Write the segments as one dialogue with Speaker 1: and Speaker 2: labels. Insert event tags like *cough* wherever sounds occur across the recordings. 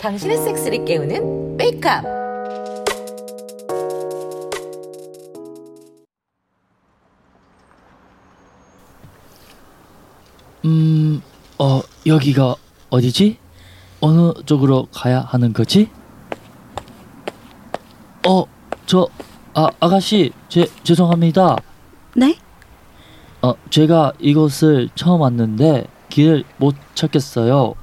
Speaker 1: 당신의 섹스를 깨우는 메이크업.
Speaker 2: 음, 어, 여기가 어디지? 어느 쪽으로 가야 하는 거지? 어, 저, 아, 아가씨, 죄, 죄송합니다.
Speaker 3: 네?
Speaker 2: 어, 제가 이곳을 처음 왔는데 길을 못 찾겠어요.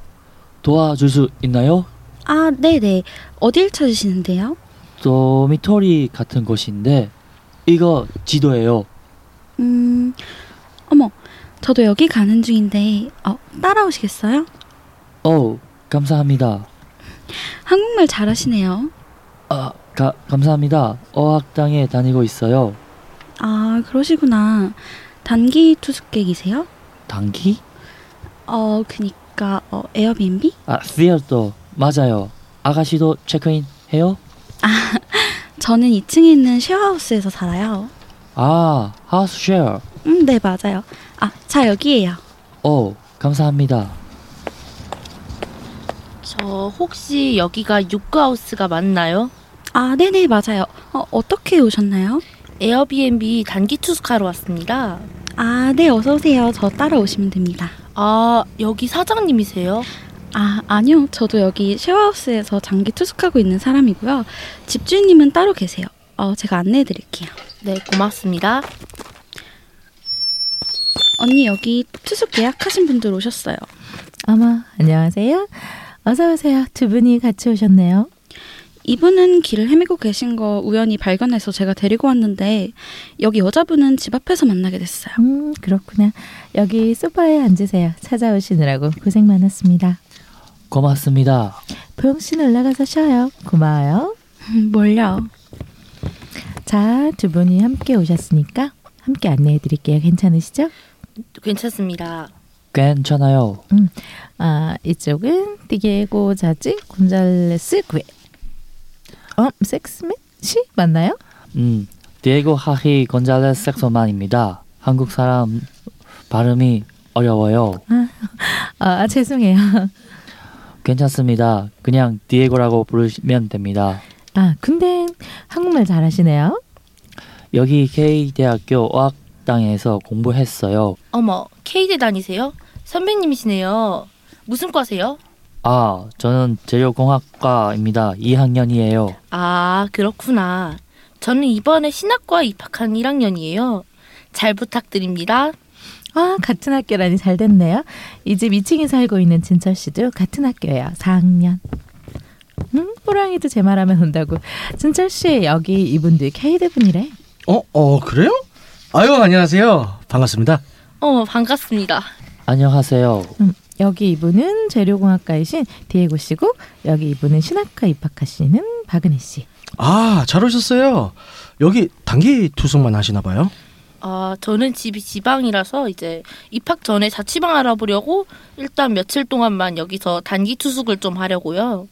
Speaker 2: 도와줄 수 있나요?
Speaker 3: 아, 네네. 어딜 찾으시는데요?
Speaker 2: 도미토리 같은 곳인데 이거 지도예요.
Speaker 3: 음, 어머, 저도 여기 가는 중인데, 어, 따라오시겠어요?
Speaker 2: 어우, 감사합니다.
Speaker 3: 한국말 잘하시네요.
Speaker 2: 아, 가, 감사합니다. 어학당에 다니고 있어요.
Speaker 3: 아, 그러시구나. 단기 투숙객이세요?
Speaker 2: 단기?
Speaker 3: 어, 그니까, 어, 에어비앤비?
Speaker 2: 아, 시어터 맞아요. 아가씨도 체크인 해요?
Speaker 3: 저는 2층에 있는 쉐어하우스에서 살아요.
Speaker 2: 아, 하우스 쉐어.
Speaker 3: 음, 네, 맞아요. 아, 자, 여기에요.
Speaker 2: 오, 감사합니다.
Speaker 4: 저 혹시 여기가 육가하우스가 맞나요?
Speaker 3: 아, 네네, 맞아요. 어, 어떻게 오셨나요?
Speaker 4: 에어비앤비 단기 투숙하러 왔습니다.
Speaker 3: 아, 네, 어서오세요. 저 따라오시면 됩니다.
Speaker 4: 아, 여기 사장님이세요?
Speaker 3: 아, 아니요. 저도 여기 쉐어하우스에서 장기 투숙하고 있는 사람이고요. 집주인님은 따로 계세요. 어, 제가 안내해 드릴게요.
Speaker 4: 네, 고맙습니다.
Speaker 3: 언니, 여기 투숙 예약하신 분들 오셨어요.
Speaker 5: 어머, 안녕하세요. 어서 오세요. 두 분이 같이 오셨네요.
Speaker 3: 이분은 길을 헤매고 계신 거 우연히 발견해서 제가 데리고 왔는데, 여기 여자분은 집 앞에서 만나게 됐어요.
Speaker 5: 음, 그렇구나. 여기 소파에 앉으세요. 찾아오시느라고 고생 많았습니다.
Speaker 2: 고맙습니다.
Speaker 5: 보영 씨는 올라가서 쉬어요. 고마워요.
Speaker 3: 음, 뭘요?
Speaker 5: 자, 두 분이 함께 오셨으니까 함께 안내해 드릴게요. 괜찮으시죠?
Speaker 4: 괜찮습니다.
Speaker 2: 괜찮아요.
Speaker 5: 아, 이쪽은 디에고 자지 곤잘레스 구에. 어, 섹스맨 씨 맞나요?
Speaker 2: 음, 디에고 하히 곤잘레스 섹소만입니다. 한국 사람 발음이 어려워요.
Speaker 5: 아, 죄송해요.
Speaker 2: 괜찮습니다. 그냥 디에고라고 부르면 됩니다.
Speaker 5: 아, 근데 한국말 잘하시네요.
Speaker 2: 여기 K대학교 어학당에서 공부했어요.
Speaker 4: 어머, K대 다니세요? 선배님이시네요. 무슨 과세요?
Speaker 2: 아, 저는 재료공학과입니다. 2학년이에요.
Speaker 4: 아, 그렇구나. 저는 이번에 신학과에 입학한 1학년이에요. 잘 부탁드립니다.
Speaker 5: 아, 같은 학교라니 잘 됐네요. 이 집 2층에 살고 있는 진철 씨도 같은 학교예요. 4학년. 음, 호랑이도 제 말하면 온다고. 진철 씨, 여기 이분들 K대 분이래.
Speaker 6: 어, 어, 그래요? 아유, 안녕하세요. 반갑습니다.
Speaker 4: 어머, 반갑습니다.
Speaker 2: 안녕하세요.
Speaker 5: 음, 여기 이분은 재료공학과이신 디에고 씨고 여기 이분은 신학과 입학하시는 박은혜 씨.
Speaker 6: 아, 잘 오셨어요. 여기 단기 투숙만 하시나 봐요.
Speaker 4: 아, 저는 집이 지방이라서 이제 입학 전에 자취방 알아보려고 일단 며칠 동안만 여기서 단기 투숙을 좀 하려고요.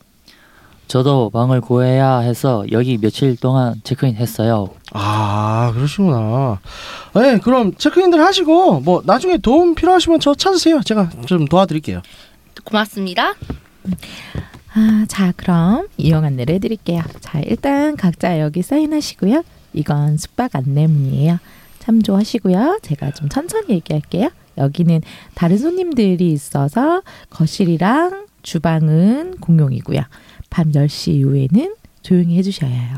Speaker 2: 저도 방을 구해야 해서 여기 며칠 동안 체크인 했어요.
Speaker 6: 아, 그러시구나. 네, 그럼 체크인들 하시고 뭐 나중에 도움 필요하시면 저 찾으세요. 제가 좀 도와드릴게요.
Speaker 4: 고맙습니다.
Speaker 5: 아, 자 그럼 이용 안내를 해드릴게요. 자 일단 각자 여기 사인하시고요. 이건 숙박 안내문이에요. 참조하시고요. 제가 좀 천천히 얘기할게요. 여기는 다른 손님들이 있어서 거실이랑 주방은 공용이고요. 밤 10시 이후에는 조용히 해주셔야 해요.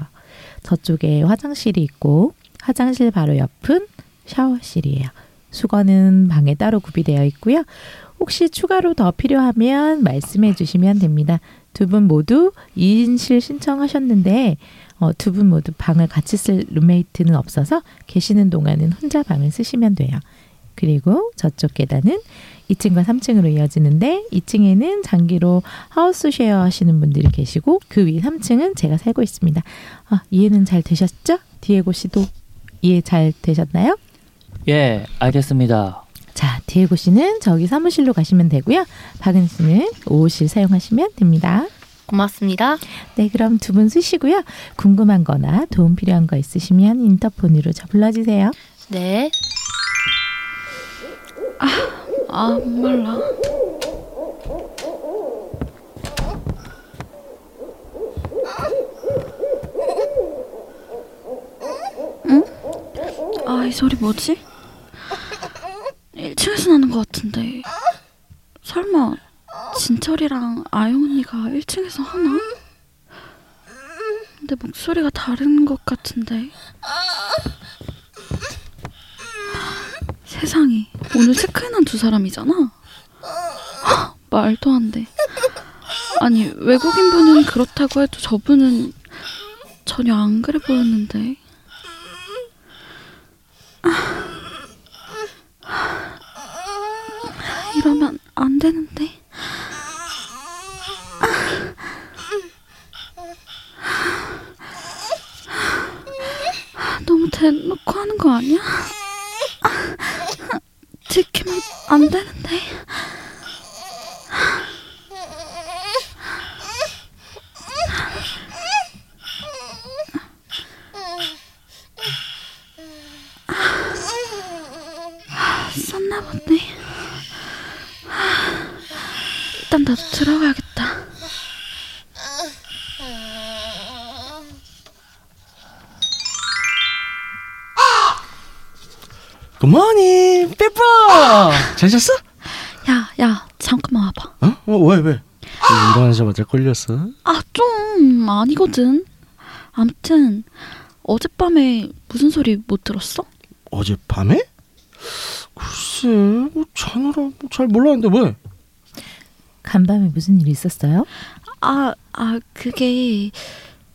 Speaker 5: 저쪽에 화장실이 있고 화장실 바로 옆은 샤워실이에요. 수건은 방에 따로 구비되어 있고요. 혹시 추가로 더 필요하면 말씀해 주시면 됩니다. 두 분 모두 2인실 신청하셨는데 어, 두 분 모두 방을 같이 쓸 룸메이트는 없어서 계시는 동안은 혼자 방을 쓰시면 돼요. 그리고 저쪽 계단은 2층과 3층으로 이어지는데 2층에는 장기로 하우스 쉐어 하시는 분들이 계시고 그 위 3층은 제가 살고 있습니다. 아, 이해는 잘 되셨죠? 디에고 씨도 이해 잘 되셨나요?
Speaker 2: 예, 알겠습니다.
Speaker 5: 자, 디에고 씨는 저기 사무실로 가시면 되고요. 박은 씨는 5호실 사용하시면 됩니다.
Speaker 4: 고맙습니다.
Speaker 5: 네, 그럼 두 분 쓰시고요. 궁금한 거나 도움 필요한 거 있으시면 인터폰으로 저 불러주세요.
Speaker 4: 네.
Speaker 3: 아 목말라. 응? 아 이 소리 뭐지? 1층에서 나는 것 같은데. 설마 진철이랑 아영 언니가 1층에서 하나? 근데 목소리가 다른 것 같은데. 세상에 오늘 체크인한 두 사람이잖아. 헉, 말도 안 돼. 아니 외국인 분은 그렇다고 해도 저분은 전혀 안 그래 보였는데. 아, 아, 이러면 안 되는데. 아, 너무 대놓고 하는 거 아니야? 지키면 안 되는데. 썼나 보네. 일단 나도 들어가야겠다.
Speaker 6: 굿모닝 페퍼 아, 잘 잤어?
Speaker 3: 야, 야, 잠깐만 와봐.
Speaker 6: 어? 어, 왜 왜? 일어나자마자 걸렸어
Speaker 3: 아, 좀 아니거든. 암튼 어젯밤에 무슨 소리 못 들었어?
Speaker 6: 어젯밤에? 글쎄 뭐 자느라 뭐잘 몰랐는데 왜?
Speaker 5: 간밤에 무슨 일 있었어요?
Speaker 3: 아, 아, 그게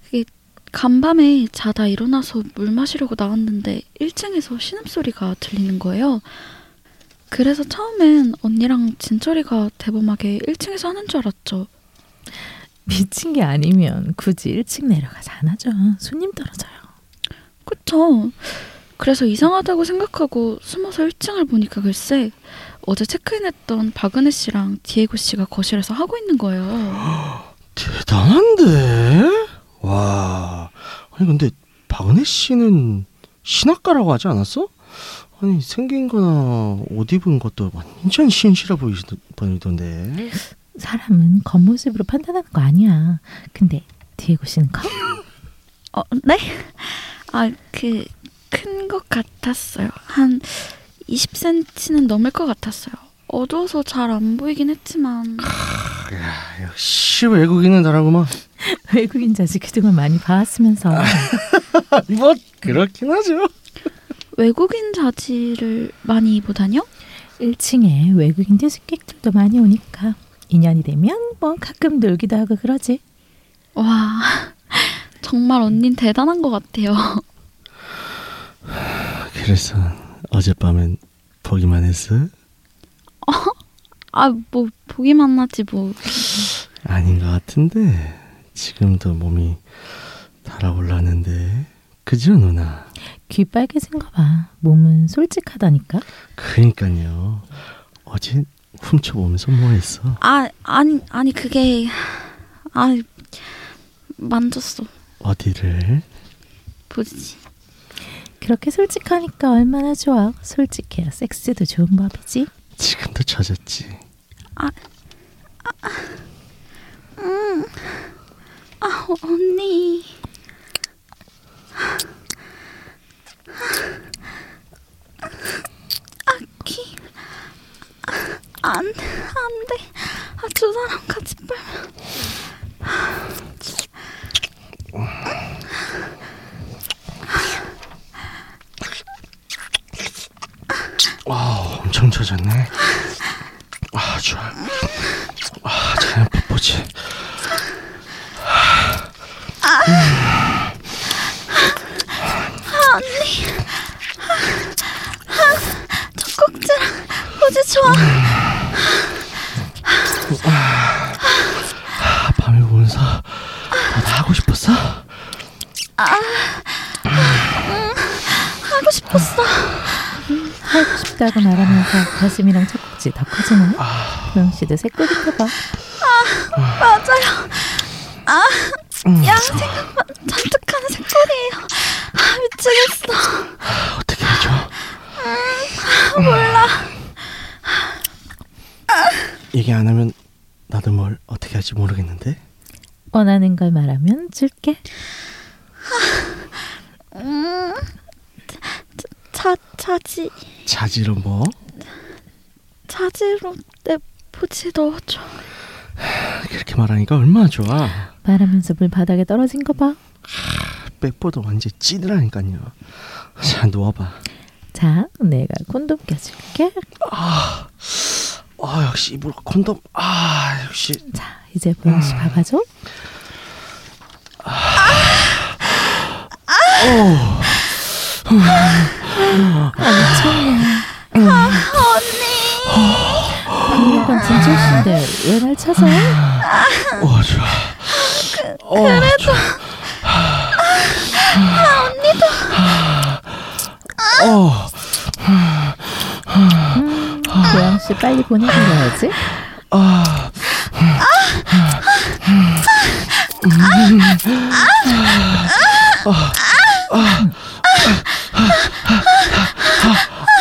Speaker 3: 그게 간밤에 자다 일어나서 물 마시려고 나왔는데 1층에서 신음소리가 들리는 거예요. 그래서 처음엔 언니랑 진철이가 대범하게 1층에서 하는 줄 알았죠.
Speaker 5: 미친 게 아니면 굳이 일찍 내려가서 안 하죠. 손님 떨어져요.
Speaker 3: 그쵸? 그래서 이상하다고 생각하고 숨어서 1층을 보니까 글쎄 어제 체크인했던 박은혜 씨랑 디에고 씨가 거실에서 하고 있는 거예요.
Speaker 6: 대단한데? 와 아니 근데 박은혜 씨는 신학가라고 하지 않았어? 아니 생긴 거나 옷 입은 것도 완전 신실해 보이시던- 보이던데
Speaker 5: 사람은 겉모습으로 판단하는 거 아니야. 근데 디에고 씨는 커?
Speaker 3: 어, 네? 아, 그, 큰 것 같았어요. 한 20cm는 넘을 것 같았어요. 어두워서 잘 안 보이긴 했지만.
Speaker 6: 아, 역시 외국인은 다르구만
Speaker 5: *laughs*
Speaker 6: *laughs*
Speaker 5: 외국인 자식 그동안 많이 봐왔으면서
Speaker 6: 뭐 그렇긴 하죠
Speaker 3: 외국인 자지를 많이 보다뇨?
Speaker 5: 1층에 외국인 퇴직객들도 많이 오니까 인연이 되면 뭐 가끔 놀기도 하고 그러지.
Speaker 3: 와, *laughs* 정말 언닌 대단한 것 같아요. *laughs*
Speaker 6: 그래서 어젯밤엔 보기만 했어?
Speaker 3: 아, 뭐, 보기만 하지, 뭐.
Speaker 6: 아닌 것 같은데 지금도 몸이 달아올랐는데 그죠 누나?
Speaker 5: 귀 빨개진 거 봐. 몸은 솔직하다니까.
Speaker 6: 그러니까요 어제 훔쳐보면서 뭐했어?
Speaker 3: 아, 아니, 아니, 그게. 아, 만졌어.
Speaker 6: 어디를?
Speaker 3: 보지.
Speaker 5: 그렇게 솔직하니까 얼마나 좋아. 솔직해야 섹스도 좋은 법이지.
Speaker 6: 지금도 찾았지
Speaker 3: 아, 언니. 아, 귀. 아, 안, 안 돼. 아, 두 사람 같이 빨면.
Speaker 6: 와 엄청 찾았네 아 좋아 아 자연 뽀뽀지
Speaker 3: 젖꼭지랑 호주 좋아.
Speaker 6: 아 밤에 보면서 나 하고 싶었어?
Speaker 3: 하고 싶었어.
Speaker 5: 하고 싶다고 말하면서 가슴이랑 척지 다 커지네. 그럼 씨도 새꼬리인가 봐.
Speaker 3: 맞아요. 아, 야, 생각만 잔뜩하는 색깔이에요. 아, 미치겠어.
Speaker 6: 음. 어떻게 하죠?
Speaker 3: 몰라.
Speaker 6: 얘기 안 하면 나도 뭘 어떻게 할지 모르겠는데.
Speaker 5: 원하는 걸 말하면 줄게.
Speaker 3: 음, 자, 자지,
Speaker 6: 자지로 뭐?
Speaker 3: 자지로 내 포지 넣어줘.
Speaker 6: 그렇게 말하니까 얼마나 좋아.
Speaker 5: 말하면서 물 바닥에 떨어진 거 봐.
Speaker 6: 백보도 완전 찌드라니까요. 자 누워봐.
Speaker 5: 자, 내가 콘돔 껴줄게.
Speaker 6: 아 역시 입으로 콘돔. 아 역시
Speaker 5: 자, 이제 보영 씨 봐봐줘. 엄청나. 아, 언니. 방금 진철씨인데 왜 날 찾아?
Speaker 6: 어 좋아. 어, 그래도 아, 언니도. 어.
Speaker 5: 보영 씨 빨리 보내고 가야지.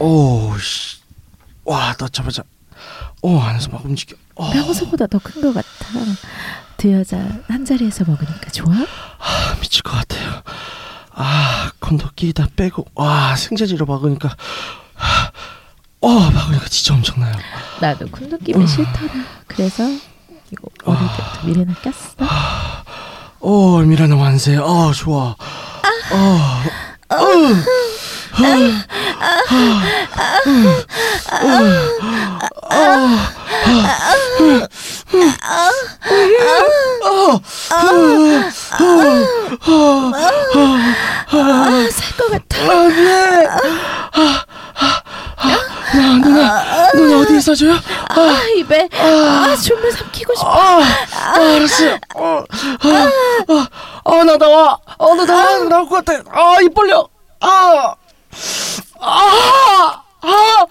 Speaker 6: 오 씨. 와 넣자마자. 오 안에서 막 움직여. 어.
Speaker 5: 평소보다 더 큰 것 같아. 두 여자 한 자리에서 먹으니까 좋아?
Speaker 6: 아, 미칠 것 같아요. 아, 콘도 끼다 빼고 와 생제지로 막으니까 아, 어 막으니까 진짜 엄청나요.
Speaker 5: 나도 콘돔 끼면 싫더라. 그래서 이거 어릴 때부터 미리 낚였어.
Speaker 6: 오 어, 미라는 완세. 아 좋아. 어. 어.
Speaker 5: 살것 같아.
Speaker 6: 안돼. 나 누나 누나 어디 있어줘요?
Speaker 5: 아, 입에 아, 주물 삼키고 싶어.
Speaker 6: 아, 아 알았어요. 어, 아, 아, 아, 나 나와. 어, 나 나와. 나 나올 것 같아. 아, 입 벌려. 아, 아, 아,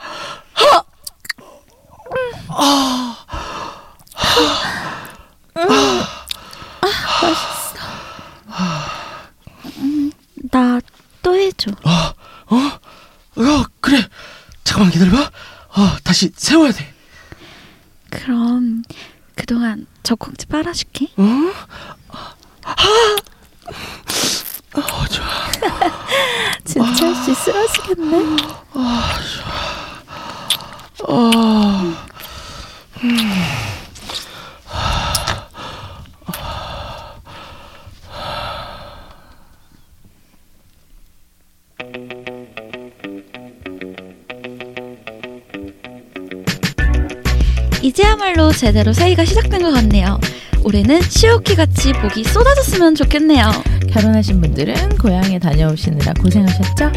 Speaker 3: 나 또 해줘.
Speaker 6: 어, 그래. 잠깐만 기다려봐. 어, 다시 세워야 돼.
Speaker 3: 그럼 그동안 젖꼭지 빨아줄게.
Speaker 6: 어, 좋아.
Speaker 5: 진철 씨 쓰러지겠네.
Speaker 3: 이제야말로 제대로 새해가 시작된 것 같네요. 올해는 시오키 같이 복이 쏟아졌으면 좋겠네요.
Speaker 5: 결혼하신 분들은 고향에 다녀오시느라 고생하셨죠?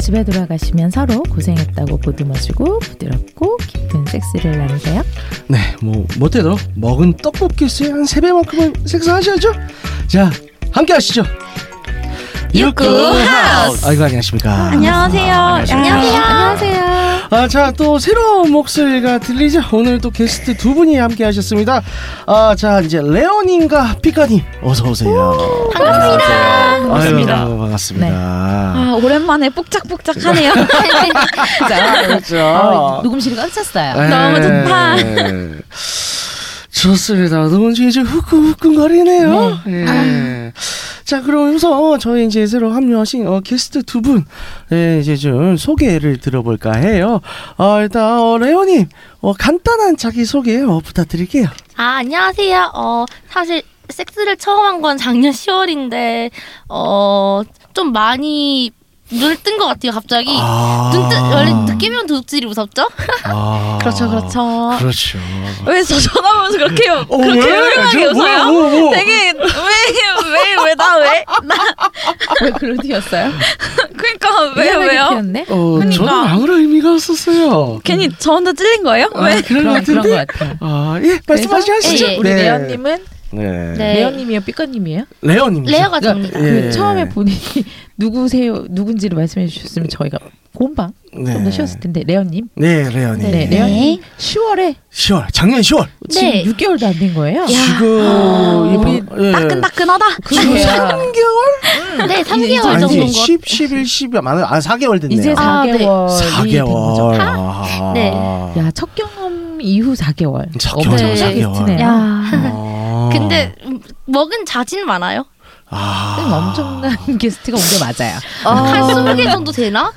Speaker 5: 집에 돌아가시면 서로 고생했다고 보듬어주고 부드럽고 깊은 섹스를 나누세요.
Speaker 6: 네, 뭐 못해도 먹은 떡볶이 수의 한 3배만큼은 식사하셔야죠. 자, 함께 하시죠.
Speaker 3: 육구 하우스.
Speaker 6: 아이고 안녕하십니까.
Speaker 3: 안녕하세요.
Speaker 5: 안녕하세요.
Speaker 6: 아, 자, 또 새로운 목소리가 들리죠? 오늘 또 게스트 두 분이 함께 하셨습니다. 아, 자, 이제 레오님과 피카님, 어서오세요. 아,
Speaker 4: 반갑습니다. 반갑습니다.
Speaker 5: 네.
Speaker 6: 반갑습니다.
Speaker 3: 아 오랜만에
Speaker 6: *laughs*
Speaker 3: 뽁짝뽁짝하네요. *laughs*
Speaker 5: 자,
Speaker 6: 그렇죠.
Speaker 5: 어,
Speaker 4: 아,
Speaker 5: 녹음실이 꽉 찼어요.
Speaker 6: 아.
Speaker 3: 너무 좋다.
Speaker 6: 네. 좋습니다. 너무 이제 후끈후끈거리네요. 예. 자, 그러면서 저희 이제 새로 합류하신 어, 게스트 두 분, 예, 이제 좀 소개를 들어볼까 해요. 어, 일단, 어, 레오님, 어, 간단한 자기소개 어, 부탁드릴게요.
Speaker 4: 아, 안녕하세요. 어, 사실 섹스를 처음 한 건 작년 10월인데, 어, 좀 많이 눈을 뜬 것 같아요 갑자기
Speaker 6: 아.
Speaker 4: 눈뜨 원래 느끼면 도둑질이 무섭죠?
Speaker 6: 아.
Speaker 3: 그렇죠, 그렇죠.
Speaker 6: 그렇죠.
Speaker 3: 왜 저 전화하면서 그렇게
Speaker 6: 어,
Speaker 3: 그렇게
Speaker 6: 왜?
Speaker 3: 훌륭하게
Speaker 6: 저 뭐야,
Speaker 3: 웃어요?
Speaker 6: 뭐, 뭐.
Speaker 3: 되게 왜 왜 왜 나 왜?
Speaker 5: 왜 그런 티였어요?
Speaker 3: 그러니까 왜 왜요?
Speaker 5: 네
Speaker 6: 어, 저는 아무런 의미가 없었어요.
Speaker 3: 괜히 저 혼자 찔린 거예요? 왜?
Speaker 6: 그런
Speaker 5: 그런 그런
Speaker 6: 것
Speaker 5: 것
Speaker 6: 같은데.
Speaker 5: 같아요.
Speaker 6: 아, 예, 말씀하시
Speaker 5: 그래서
Speaker 6: 하시죠.
Speaker 4: 예, 예.
Speaker 5: 네. 우리 레어님은
Speaker 6: 네.
Speaker 4: 네.
Speaker 5: 레어님이요, 삐꺼님이에요? 그
Speaker 6: 레어님.
Speaker 4: 레어가 접니다.
Speaker 6: 예.
Speaker 5: 처음에 본인이 *laughs* 누구세요, 누군지를 말씀해 주셨으면 저희가 곰방 좀더 쉬웠을 텐데 레어님.
Speaker 6: 네, 레어님.
Speaker 5: 네, 레어님. 10월에
Speaker 6: 10월, 작년 10월.
Speaker 5: 지금
Speaker 4: 네.
Speaker 5: 6개월도 안 된 거예요.
Speaker 6: 지금
Speaker 5: 어, 우리
Speaker 6: 예.
Speaker 3: 따끈따끈하다.
Speaker 5: 그거야.
Speaker 4: 네, 3개월
Speaker 6: 아니지,
Speaker 4: 정도인 것 같아요.
Speaker 6: 10, 11, 12, 많은 아 4개월 됐네요.
Speaker 5: 이제
Speaker 4: 아, 네.
Speaker 5: 4개월.
Speaker 6: 4개월. 아.
Speaker 4: 네.
Speaker 5: 야, 첫 경험 이후 4개월.
Speaker 6: 첫
Speaker 5: 엄청
Speaker 4: 경험
Speaker 5: 차게
Speaker 6: 4개월.
Speaker 5: 지내요.
Speaker 3: 야.
Speaker 6: 아.
Speaker 4: 근데 음, 먹은 자진 많아요.
Speaker 5: 음,
Speaker 6: 아.
Speaker 5: 엄청난 게스트가 온 게 맞아요.
Speaker 4: 한 20개 정도 되나?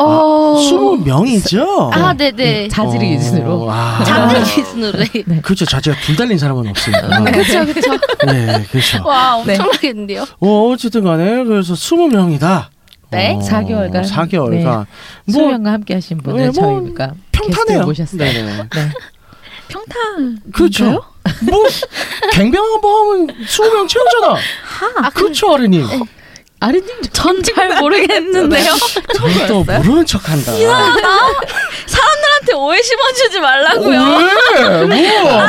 Speaker 3: 어.
Speaker 6: 20명이죠?
Speaker 4: 아, 네, 네.
Speaker 5: 자질 기준으로.
Speaker 6: 아.
Speaker 4: 자진 기준으로. 네.
Speaker 6: 그렇죠. 자제가 둘 달린 사람은 없으니까.
Speaker 5: 그렇죠, 그렇죠.
Speaker 6: 네, 그렇죠.
Speaker 4: 와,
Speaker 5: 네.
Speaker 4: 엄청나겠는데요?
Speaker 6: 어, 어쨌든 간에 그래서 20명이다. 어,
Speaker 4: 네.
Speaker 5: 4개월간.
Speaker 6: 4개월간. 뭐
Speaker 5: 수영과 함께 하신 분을
Speaker 6: 네, 뭐
Speaker 5: 저희가
Speaker 6: 평탄해요.
Speaker 5: 게스트로 모셨어요.
Speaker 6: 네네.
Speaker 5: 네.
Speaker 3: 평탄.
Speaker 6: 그렇죠. 뭐 갱병범은 20명 채우잖아.
Speaker 4: 아, 그,
Speaker 6: 그렇죠,
Speaker 3: 네,
Speaker 6: 어른님.
Speaker 5: 아린님도
Speaker 3: 전 잘 모르겠는데요.
Speaker 6: 저는 또 모르는 척한다.
Speaker 3: *laughs* 사람들한테 오해 심어주지 말라고요.
Speaker 6: 왜? 뭐?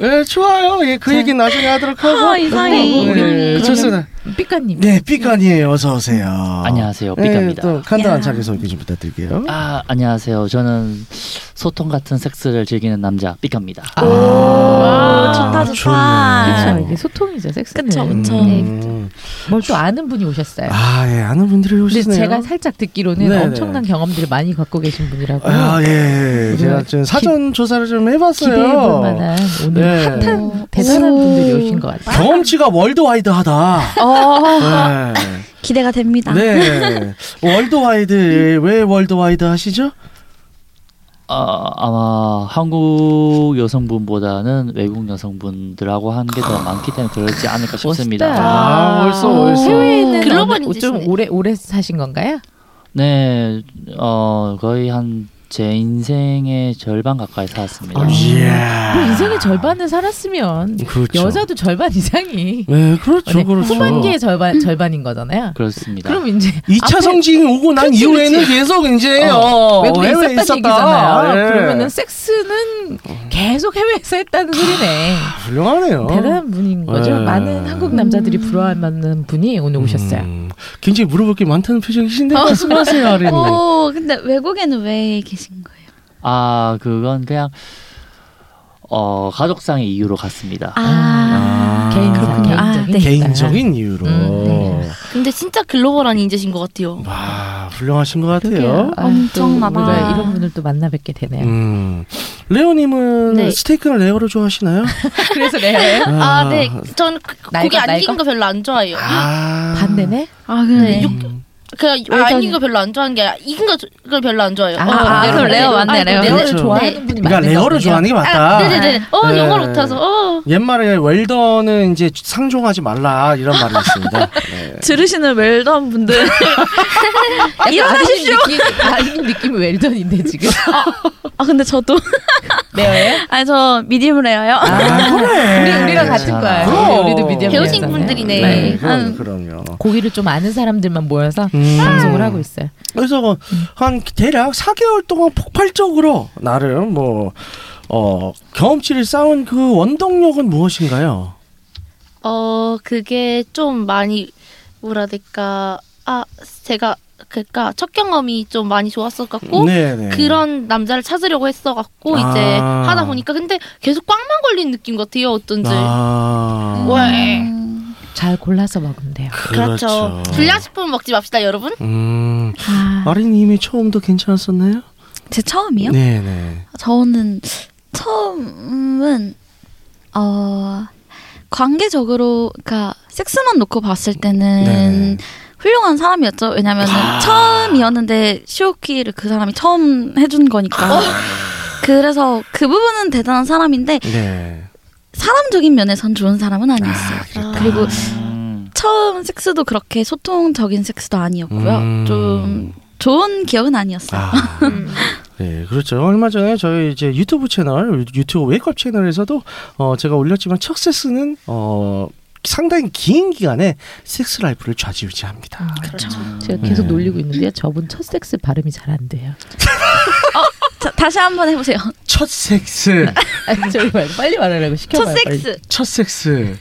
Speaker 6: 예, 좋아요. 예, 그 얘기 나중에 하도록 하고.
Speaker 3: 아, 이상해.
Speaker 6: 네, 좋습니다.
Speaker 5: *laughs* 삐까님.
Speaker 6: 네, 삐까니에요. 어서 오세요.
Speaker 2: 안녕하세요,
Speaker 6: 네,
Speaker 2: 삐까입니다.
Speaker 6: 또 간단한 자기 소개 좀 부탁드릴게요.
Speaker 2: 아 안녕하세요. 저는 소통 같은 섹스를 즐기는 남자 삐까입니다.
Speaker 3: 와, 아. 좋다, 좋다.
Speaker 5: 그렇죠.
Speaker 6: 좋네.
Speaker 5: 이게 소통이죠, 섹스는.
Speaker 3: 그쵸, 그쵸.
Speaker 5: 네,
Speaker 6: 음.
Speaker 5: 뭘 또 아는 분이 오셨어요.
Speaker 6: 아, 예, 아는 분들이
Speaker 5: 근데
Speaker 6: 오시네요.
Speaker 5: 제가 살짝 듣기로는
Speaker 6: 네네.
Speaker 5: 엄청난 경험들을 많이 갖고 계신 분이라고
Speaker 6: 아, 예, 예. 제가 지금 사전 조사를 좀 해봤어요.
Speaker 5: 기대해볼 만한 오늘
Speaker 6: 네.
Speaker 5: 핫한 대단한 분들이 오신 것 같아요.
Speaker 6: 경험치가 월드와이드하다.
Speaker 3: 어,
Speaker 6: 네.
Speaker 3: 기대가 됩니다.
Speaker 6: 네. 월드와이드 왜 월드와이드 하시죠?
Speaker 2: 아, 아마 한국 여성분보다는 외국 여성분들하고 한 게 더 많기 때문에 그렇지 않을까 싶습니다.
Speaker 5: 멋있다.
Speaker 6: 아, 벌써 벌써.
Speaker 5: 해외에 있는
Speaker 4: 글로벌
Speaker 5: 어느- 좀
Speaker 4: 인지시네.
Speaker 5: 오래 오래 사신 건가요?
Speaker 2: 네, 어 거의 한 제 인생의 절반 가까이 살았습니다.
Speaker 5: 아.
Speaker 6: 예. 이야.
Speaker 5: 뭐 인생의 절반을 살았으면
Speaker 6: 그렇죠.
Speaker 5: 여자도 절반 이상이
Speaker 6: 네, 그렇죠,
Speaker 5: 네,
Speaker 6: 그렇죠.
Speaker 5: 후반기의 절반 절반인 거잖아요.
Speaker 2: 그렇습니다.
Speaker 5: 그럼 이제
Speaker 6: 2차
Speaker 5: 앞에
Speaker 6: 성징이 오고 난
Speaker 5: 그치,
Speaker 6: 이후에는 계속 이제 어,
Speaker 5: 외국에
Speaker 6: 해외에
Speaker 5: 있었다는 얘기잖아요.
Speaker 6: 예.
Speaker 5: 그러면은 섹스는 계속 해외에서 했다는 소리네.
Speaker 6: 아, 훌륭하네요.
Speaker 5: 대단한 분인 거죠.
Speaker 6: 어. 예.
Speaker 5: 많은 한국 남자들이 부러워할 만한 분이 오늘 오셨어요.
Speaker 6: 음, 굉장히 물어볼 게 많다는 표정이신데 말씀하세요, 아린이.
Speaker 3: 어,
Speaker 6: 네.
Speaker 3: 근데 외국에는 왜 계신 거예요?
Speaker 2: 아 그건 그냥 어 가족상의 이유로 갔습니다.
Speaker 6: 아,
Speaker 5: 개인
Speaker 6: 그렇군요.
Speaker 5: 개인적인
Speaker 3: 아, 네.
Speaker 6: 개인적인 이유로.
Speaker 5: 음, 네.
Speaker 4: 근데 진짜 글로벌한 인재신 것 같아요.
Speaker 6: 와, 훌륭하신 것
Speaker 5: 그러게요.
Speaker 6: 같아요.
Speaker 5: 아유,
Speaker 3: 엄청나다.
Speaker 5: 또 우리가 이런 분을 또 만나 뵙게 되네요.
Speaker 6: 음. 레오님은
Speaker 4: 네.
Speaker 6: 스테이크는
Speaker 5: *laughs*
Speaker 6: 레오로 좋아하시나요?
Speaker 5: *laughs* 그래서 레
Speaker 4: 아, 네. 전 그- 고기
Speaker 5: 날까,
Speaker 4: 안 익힌
Speaker 5: 날까?
Speaker 4: 거 별로 안 좋아해요.
Speaker 6: 아. 음.
Speaker 5: 반대네.
Speaker 3: 아, 그래.
Speaker 4: 육- 그냥
Speaker 3: 왜
Speaker 4: 안
Speaker 3: 저는-
Speaker 4: 익힌 거 별로 안 좋아하는 게 아니라 익은 거 조- 그걸 별로 안 좋아해요.
Speaker 5: 아,
Speaker 4: 어,
Speaker 5: 아,
Speaker 4: 레어,
Speaker 5: 그럼 레어
Speaker 3: 맞네,
Speaker 4: 아이고,
Speaker 3: 레어.
Speaker 5: 레어를
Speaker 4: 네.
Speaker 5: 좋아하는 분이
Speaker 6: 그러니까
Speaker 5: 많은
Speaker 6: 레오를
Speaker 5: 거군요.
Speaker 6: 좋아하는 게 맞다.
Speaker 4: 아, 네네네. 어,
Speaker 6: 네.
Speaker 4: 영어를 못해서. 어.
Speaker 6: 옛말에 웰더는 이제 상종하지 말라 이런 말이
Speaker 5: *laughs*
Speaker 6: 있습니다. 네.
Speaker 3: 들으시는 웰던
Speaker 6: *laughs*
Speaker 3: 분들. 일어나십시오.
Speaker 5: 아린 느낌이 웰던인데 지금.
Speaker 3: 아, 근데 저도.
Speaker 5: *laughs*
Speaker 3: *laughs*
Speaker 5: 레어예요?
Speaker 3: 아니, 저 미디움 레어요.
Speaker 6: 아, 그래.
Speaker 5: 우리 우리랑 같은
Speaker 2: 괜찮아.
Speaker 5: 거야.
Speaker 6: 네. 그럼.
Speaker 5: 우리도 미디어
Speaker 4: 배우신
Speaker 5: 분야잖아요.
Speaker 4: 분들이네.
Speaker 6: 네,
Speaker 4: 네.
Speaker 6: 그럼요,
Speaker 3: 음.
Speaker 6: 그럼요.
Speaker 5: 고기를 좀 아는 사람들만 모여서
Speaker 6: 음.
Speaker 5: 방송을 하고 있어요.
Speaker 6: 그래서 뭐 한 대략 4개월 동안 폭발적으로 나름 뭐 어, 경험치를 쌓은 그 원동력은 무엇인가요?
Speaker 4: 어, 그게 좀 많이 뭐라 해야 될까? 아, 제가 그러니까 첫 경험이 좀 많이 좋았을 것
Speaker 5: 어?
Speaker 4: 같고
Speaker 6: 네네.
Speaker 4: 그런 남자를 찾으려고 했어 갖고
Speaker 6: 아.
Speaker 4: 이제 하다 보니까 근데 계속 꽝만 걸린 느낌 같아요. 어떤지.
Speaker 6: 아.
Speaker 4: 왜?
Speaker 3: 음.
Speaker 5: 잘 골라서 먹으면 돼요.
Speaker 4: 그렇죠. 불량식품 먹지 맙시다, 여러분.
Speaker 6: 음.
Speaker 5: 아,
Speaker 6: 아린님의 처음도 괜찮았었나요?
Speaker 3: 제 처음이요?
Speaker 6: 네네.
Speaker 3: 저는 처음은 어 관계적으로 그러니까 섹스만 놓고 봤을 때는
Speaker 6: 네.
Speaker 3: 훌륭한 사람이었죠. 왜냐면은
Speaker 6: 아.
Speaker 3: 처음이었는데 시오키를 그 사람이 처음 해준 거니까. 그래서 그 부분은 대단한 사람인데
Speaker 6: 네. 아,
Speaker 3: 사람적인 면에선 좋은 사람은 아니었어요. 그리고
Speaker 2: 음.
Speaker 3: 처음 섹스도 그렇게 소통적인 섹스도 아니었고요.
Speaker 6: 음.
Speaker 3: 좀 좋은 기억은 아니었어요.
Speaker 6: 아,
Speaker 4: 음.
Speaker 6: 네, 그렇죠. 얼마 전에 저희 이제 유튜브 채널, 유튜브 웨이크업 채널에서도 어, 제가 올렸지만 척세스는 어, 상당히 긴 기간에 섹스 라이프를 좌지우지합니다.
Speaker 4: 그렇죠.
Speaker 5: 제가
Speaker 2: 음.
Speaker 5: 계속
Speaker 6: 네.
Speaker 5: 놀리고 있는데 저분 첫 섹스 발음이 잘 안 돼요. *laughs*
Speaker 3: 어, 자, 다시 한번 해보세요.
Speaker 6: 첫 섹스,
Speaker 5: 아니, 저기 말 빨리 말하라고
Speaker 3: 첫
Speaker 5: 시켜봐요. 빨리.
Speaker 3: 섹스,
Speaker 6: 첫 섹스,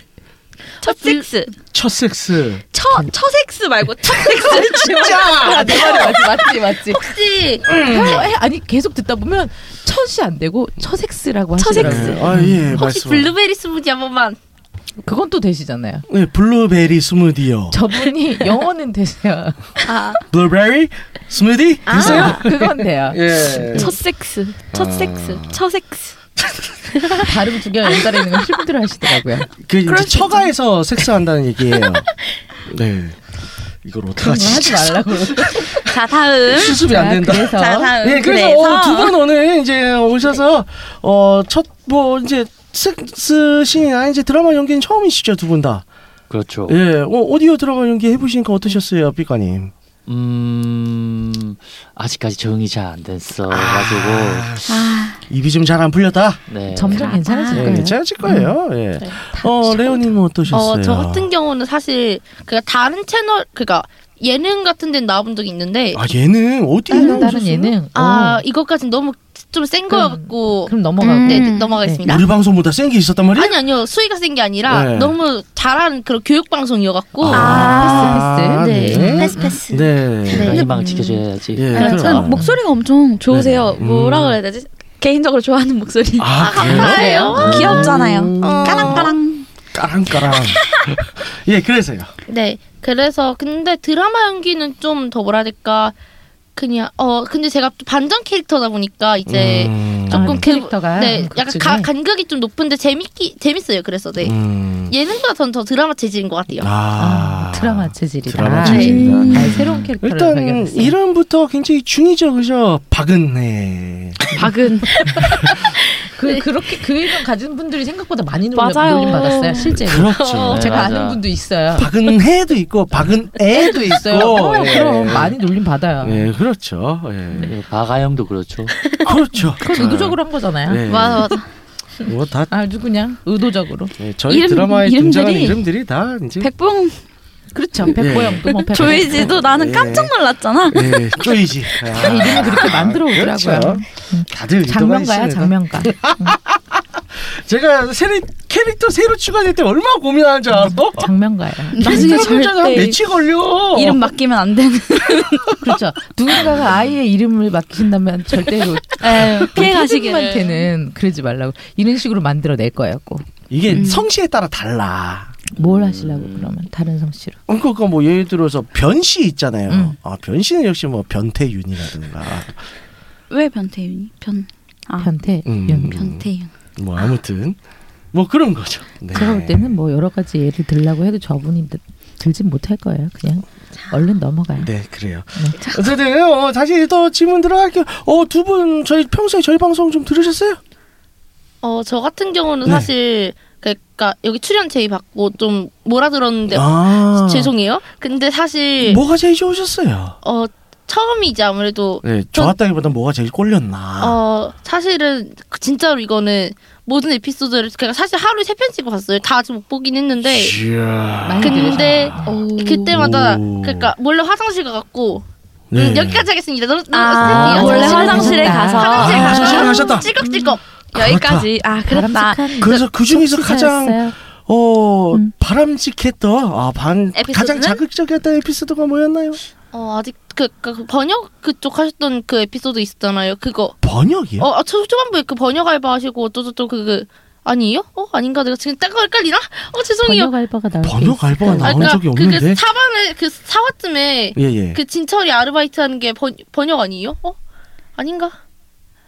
Speaker 3: 첫 섹스,
Speaker 6: 첫 섹스.
Speaker 3: 첫첫 섹스 말고 첫 섹스.
Speaker 5: 아, 내 말이 맞지 맞지 맞지.
Speaker 4: 혹시
Speaker 5: 에, 아니 계속 듣다 보면 첫이 안 되고 처섹스라고
Speaker 3: 첫
Speaker 5: 하시더라고요.
Speaker 3: 섹스.
Speaker 6: 아 예,
Speaker 4: 혹시
Speaker 6: 말씀.
Speaker 4: 블루베리 스무디 한 번만
Speaker 5: 그건 또 되시잖아요.
Speaker 6: 네, 블루베리 스무디요.
Speaker 3: *laughs*
Speaker 5: 저분이
Speaker 3: 네.
Speaker 5: 영어는 되세요.
Speaker 4: 아
Speaker 6: 블루베리 스무디
Speaker 5: 아.
Speaker 6: 드세요.
Speaker 3: 아.
Speaker 5: 그건 돼요.
Speaker 6: 예.
Speaker 3: 첫 섹스, 첫
Speaker 6: 아.
Speaker 3: 섹스, 첫 섹스.
Speaker 5: 발음 두 개가 연달아있는 건 힘들어 하시더라고요.
Speaker 6: 그
Speaker 3: 그럴
Speaker 6: 이제
Speaker 3: 수 있죠.
Speaker 6: 처가에서 섹스한다는 얘기예요. 네. 이걸
Speaker 5: 그런 거
Speaker 6: 어떡하지?
Speaker 5: 하지 말라고.
Speaker 3: 자
Speaker 6: *laughs*
Speaker 3: 다음.
Speaker 6: 수습이 안
Speaker 5: 자,
Speaker 6: 된다.
Speaker 5: 그래서
Speaker 4: 자, 다음.
Speaker 6: 네, 그래서, 두 분 오늘 이제 오셔서 어, 첫 뭐 이제 섹스 신이나 이제 드라마 연기는 처음이시죠 두 분 다.
Speaker 2: 그렇죠.
Speaker 6: 예, 어, 오디오 드라마 연기 해보시니까 어떠셨어요, 피카님?
Speaker 2: 음 아직까지 적응이 잘 안 됐어 가지고
Speaker 6: 아,
Speaker 3: 아,
Speaker 6: 입이 좀 잘 안 풀렸다.
Speaker 2: 네.
Speaker 5: 점점 괜찮아질
Speaker 3: 아,
Speaker 6: 예,
Speaker 5: 거예요.
Speaker 6: 괜찮으실 거예요. 예. 어, 레오님은 어떠셨어요?
Speaker 4: 어, 저 같은 경우는 사실 그니까 다른 채널 그니까 예능 같은 데 나온 적이 있는데
Speaker 6: 아 얘는 어디에
Speaker 5: 다른,
Speaker 6: 나오셨어요? 음.
Speaker 5: 다른 예능.
Speaker 4: 아
Speaker 5: 어.
Speaker 4: 이것까지 너무 좀 센 거
Speaker 5: 그럼,
Speaker 4: 같고
Speaker 5: 그럼 넘어가고.
Speaker 4: 네,
Speaker 3: 음.
Speaker 4: 네, 넘어가겠습니다.
Speaker 6: 우리 방송보다 센 게 있었단 말이야?
Speaker 4: 아니 아니요 수위가 센 게 아니라
Speaker 6: 네.
Speaker 4: 너무 잘하는 그런 교육 방송이어갖고
Speaker 5: 아,
Speaker 4: 아, 패스, 패스.
Speaker 6: 네.
Speaker 4: 패스, 패스.
Speaker 6: 네.
Speaker 2: 내가
Speaker 4: 네.
Speaker 2: 희망을
Speaker 4: 음.
Speaker 2: 지켜줘야지.
Speaker 6: 예,
Speaker 3: 아,
Speaker 6: 그럼.
Speaker 3: 저는 목소리가 엄청 좋으세요.
Speaker 6: 네.
Speaker 3: 뭐라
Speaker 6: 음.
Speaker 3: 그래야 되지? 개인적으로 좋아하는 목소리.
Speaker 6: 아, 그래요?
Speaker 4: 그래요?
Speaker 3: 귀엽잖아요.
Speaker 6: 음.
Speaker 3: 까랑까랑.
Speaker 6: 까랑까랑. *laughs* 예, 그래서요.
Speaker 4: 네 그래서 근데 드라마 연기는 좀 더 뭐라 해야 될까 그냥 어 근데 제가 또 반전 캐릭터다 보니까 이제
Speaker 6: 음. 아,
Speaker 5: 조금
Speaker 4: 조금 그-
Speaker 5: 캐릭터가
Speaker 4: 네
Speaker 5: 그
Speaker 4: 약간
Speaker 5: 중에.
Speaker 4: 가, 간격이 좀 높은데 재밌기 재밌어요 그래서 네
Speaker 6: 음.
Speaker 4: 예능보다 전 더 드라마 재질인 것 같아요.
Speaker 5: 아,
Speaker 6: 아, 네.
Speaker 5: 드라마 체질이다.
Speaker 6: 드라마
Speaker 5: 아,
Speaker 6: 체질이다.
Speaker 3: 음.
Speaker 5: 아, 새로운 캐릭터를
Speaker 6: 일단
Speaker 5: 발견했어요. *laughs*
Speaker 6: 이름부터 굉장히 중의적이죠. 박은혜.
Speaker 3: 박은.
Speaker 5: 그 그렇게 그 이름 가진 분들이 생각보다 많이 놀
Speaker 3: 맞아요.
Speaker 5: 놀림 받았어요. 실제로.
Speaker 6: 그렇죠.
Speaker 2: 네,
Speaker 5: 제가
Speaker 2: 맞아.
Speaker 5: 아는 분도 있어요.
Speaker 6: 박은혜도 있고 박은애도 있고.
Speaker 5: *laughs* 있어요. 어,
Speaker 6: 예.
Speaker 5: 그럼 많이 놀림 받아요.
Speaker 6: 예, 그렇죠. 예.
Speaker 2: 예, 바가형도 그렇죠.
Speaker 6: 그렇죠.
Speaker 5: 그건 의도적으로 한 거잖아요.
Speaker 6: 예.
Speaker 4: 맞아 맞아.
Speaker 6: 뭐다
Speaker 5: 아주 그냥 의도적으로.
Speaker 6: 예, 저희
Speaker 3: 이름-
Speaker 6: 드라마에
Speaker 3: 이름들이-
Speaker 6: 등장하는 이름들이 다 이제
Speaker 3: 백봉
Speaker 5: 그렇죠.
Speaker 6: 네.
Speaker 5: 백보영도 뭐 백보영.
Speaker 3: 조이지도 나는
Speaker 6: 예.
Speaker 3: 깜짝 놀랐잖아.
Speaker 6: 예,
Speaker 5: *laughs*
Speaker 6: 쪼이지. 아,
Speaker 5: 이름을 그렇게 만들어 오더라고요. 음.
Speaker 6: 그렇죠. 다들 의도가
Speaker 5: 장면가야
Speaker 6: 있으니까. *laughs*
Speaker 5: 장면가.
Speaker 6: 제가 새로 캐릭터 새로 추가될 때 얼마나 고민하는 줄 알았어?
Speaker 5: 장면가야.
Speaker 3: 나중에
Speaker 6: 한
Speaker 3: 절대
Speaker 6: 며칠 걸려.
Speaker 3: 이름 맡기면 안 되는.
Speaker 5: 그렇죠. 누군가가 아이의 이름을 맡기신다면 절대로
Speaker 6: 네,
Speaker 3: *laughs* 피해 가시기를.
Speaker 5: 피해가시기한테는 그러지 말라고 이런 식으로 만들어낼 거였고
Speaker 6: 이게
Speaker 5: 음.
Speaker 6: 성씨에 따라 달라.
Speaker 5: 뭘
Speaker 6: 음.
Speaker 5: 하시려고 그러면 다른 성씨로
Speaker 6: 어, 그러니까 뭐 예를 들어서 변씨 있잖아요.
Speaker 5: 음.
Speaker 6: 아 변씨는 역시 뭐 변태윤이라든가
Speaker 3: 왜 변태윤이? 변. 아,
Speaker 5: 변태
Speaker 6: 음.
Speaker 5: 연
Speaker 3: 변태윤.
Speaker 6: 뭐 아무튼 뭐 그런 거죠. 네.
Speaker 5: 제가 볼 때는 뭐 여러 가지 예를 들라고 해도 저분이 들- 들진 못할 거예요. 그냥 얼른 넘어가요.
Speaker 6: 네 그래요. 어쨌든 어, 다시 또 질문 들어갈게요. 어두 분 저희 평소에 저희 방송 좀 들으셨어요?
Speaker 4: 어 저 같은 경우는
Speaker 6: 네.
Speaker 4: 사실 그러니까 여기 출연 제의 받고 좀 몰아들었는데
Speaker 6: 아
Speaker 4: 네. 죄송해요. 근데 사실
Speaker 6: 뭐가 제일 좋으셨어요?
Speaker 4: 어 처음이지 아무래도
Speaker 6: 네 좋았다기보다 뭐가 제일 꼴렸나.
Speaker 4: 어 사실은 진짜로 이거는 모든 에피소드를 제가 사실 하루에 세 편씩 봤어요. 다 아직 못 보긴 했는데
Speaker 6: 이야.
Speaker 5: 많이
Speaker 4: 근데
Speaker 3: 오.
Speaker 6: 음.
Speaker 4: 그때마다
Speaker 6: 오.
Speaker 4: 그러니까 몰래 화장실 가갖고
Speaker 6: 네.
Speaker 4: 음, 여기까지 하겠습니다. 너무 너무
Speaker 3: 아,
Speaker 5: 아,
Speaker 4: 스탠딩이야.
Speaker 3: 원래
Speaker 5: 화장실에
Speaker 3: 화장실에
Speaker 5: 가셨다.
Speaker 3: 가서.
Speaker 4: 화장실
Speaker 6: 아,
Speaker 4: 가서
Speaker 6: 화장실 가셨다.
Speaker 4: 찔꺽찔꺽.
Speaker 3: 여기까지. 아, 그렇다.
Speaker 5: 바람직한
Speaker 6: 그래서 그 중에서 가장
Speaker 5: 속수사였어요.
Speaker 6: 어
Speaker 5: 음.
Speaker 6: 바람직했던 아 반,
Speaker 4: 에피소드는?
Speaker 6: 가장 자극적이었던 에피소드가 뭐였나요?
Speaker 4: 어 아직 그, 그, 그 번역 그쪽 하셨던 그 에피소드 있었잖아요. 그거.
Speaker 6: 번역이요?
Speaker 4: 어, 아, 초, 초반부에 그 번역 알바 하시고 어쩌저쩌 그, 그 아니에요? 어 아닌가 내가 지금 딴거 헷갈리나? 어 죄송해요. 아,
Speaker 5: 번역 알바가 나올
Speaker 6: 번역
Speaker 5: 때 있어요.
Speaker 6: 알바가 나온 적이 없는데.
Speaker 4: 그 사반에 그 사화쯤에
Speaker 6: 예예.
Speaker 4: 그 진철이 아르바이트 하는 게 번, 번역 아니에요? 어 아닌가?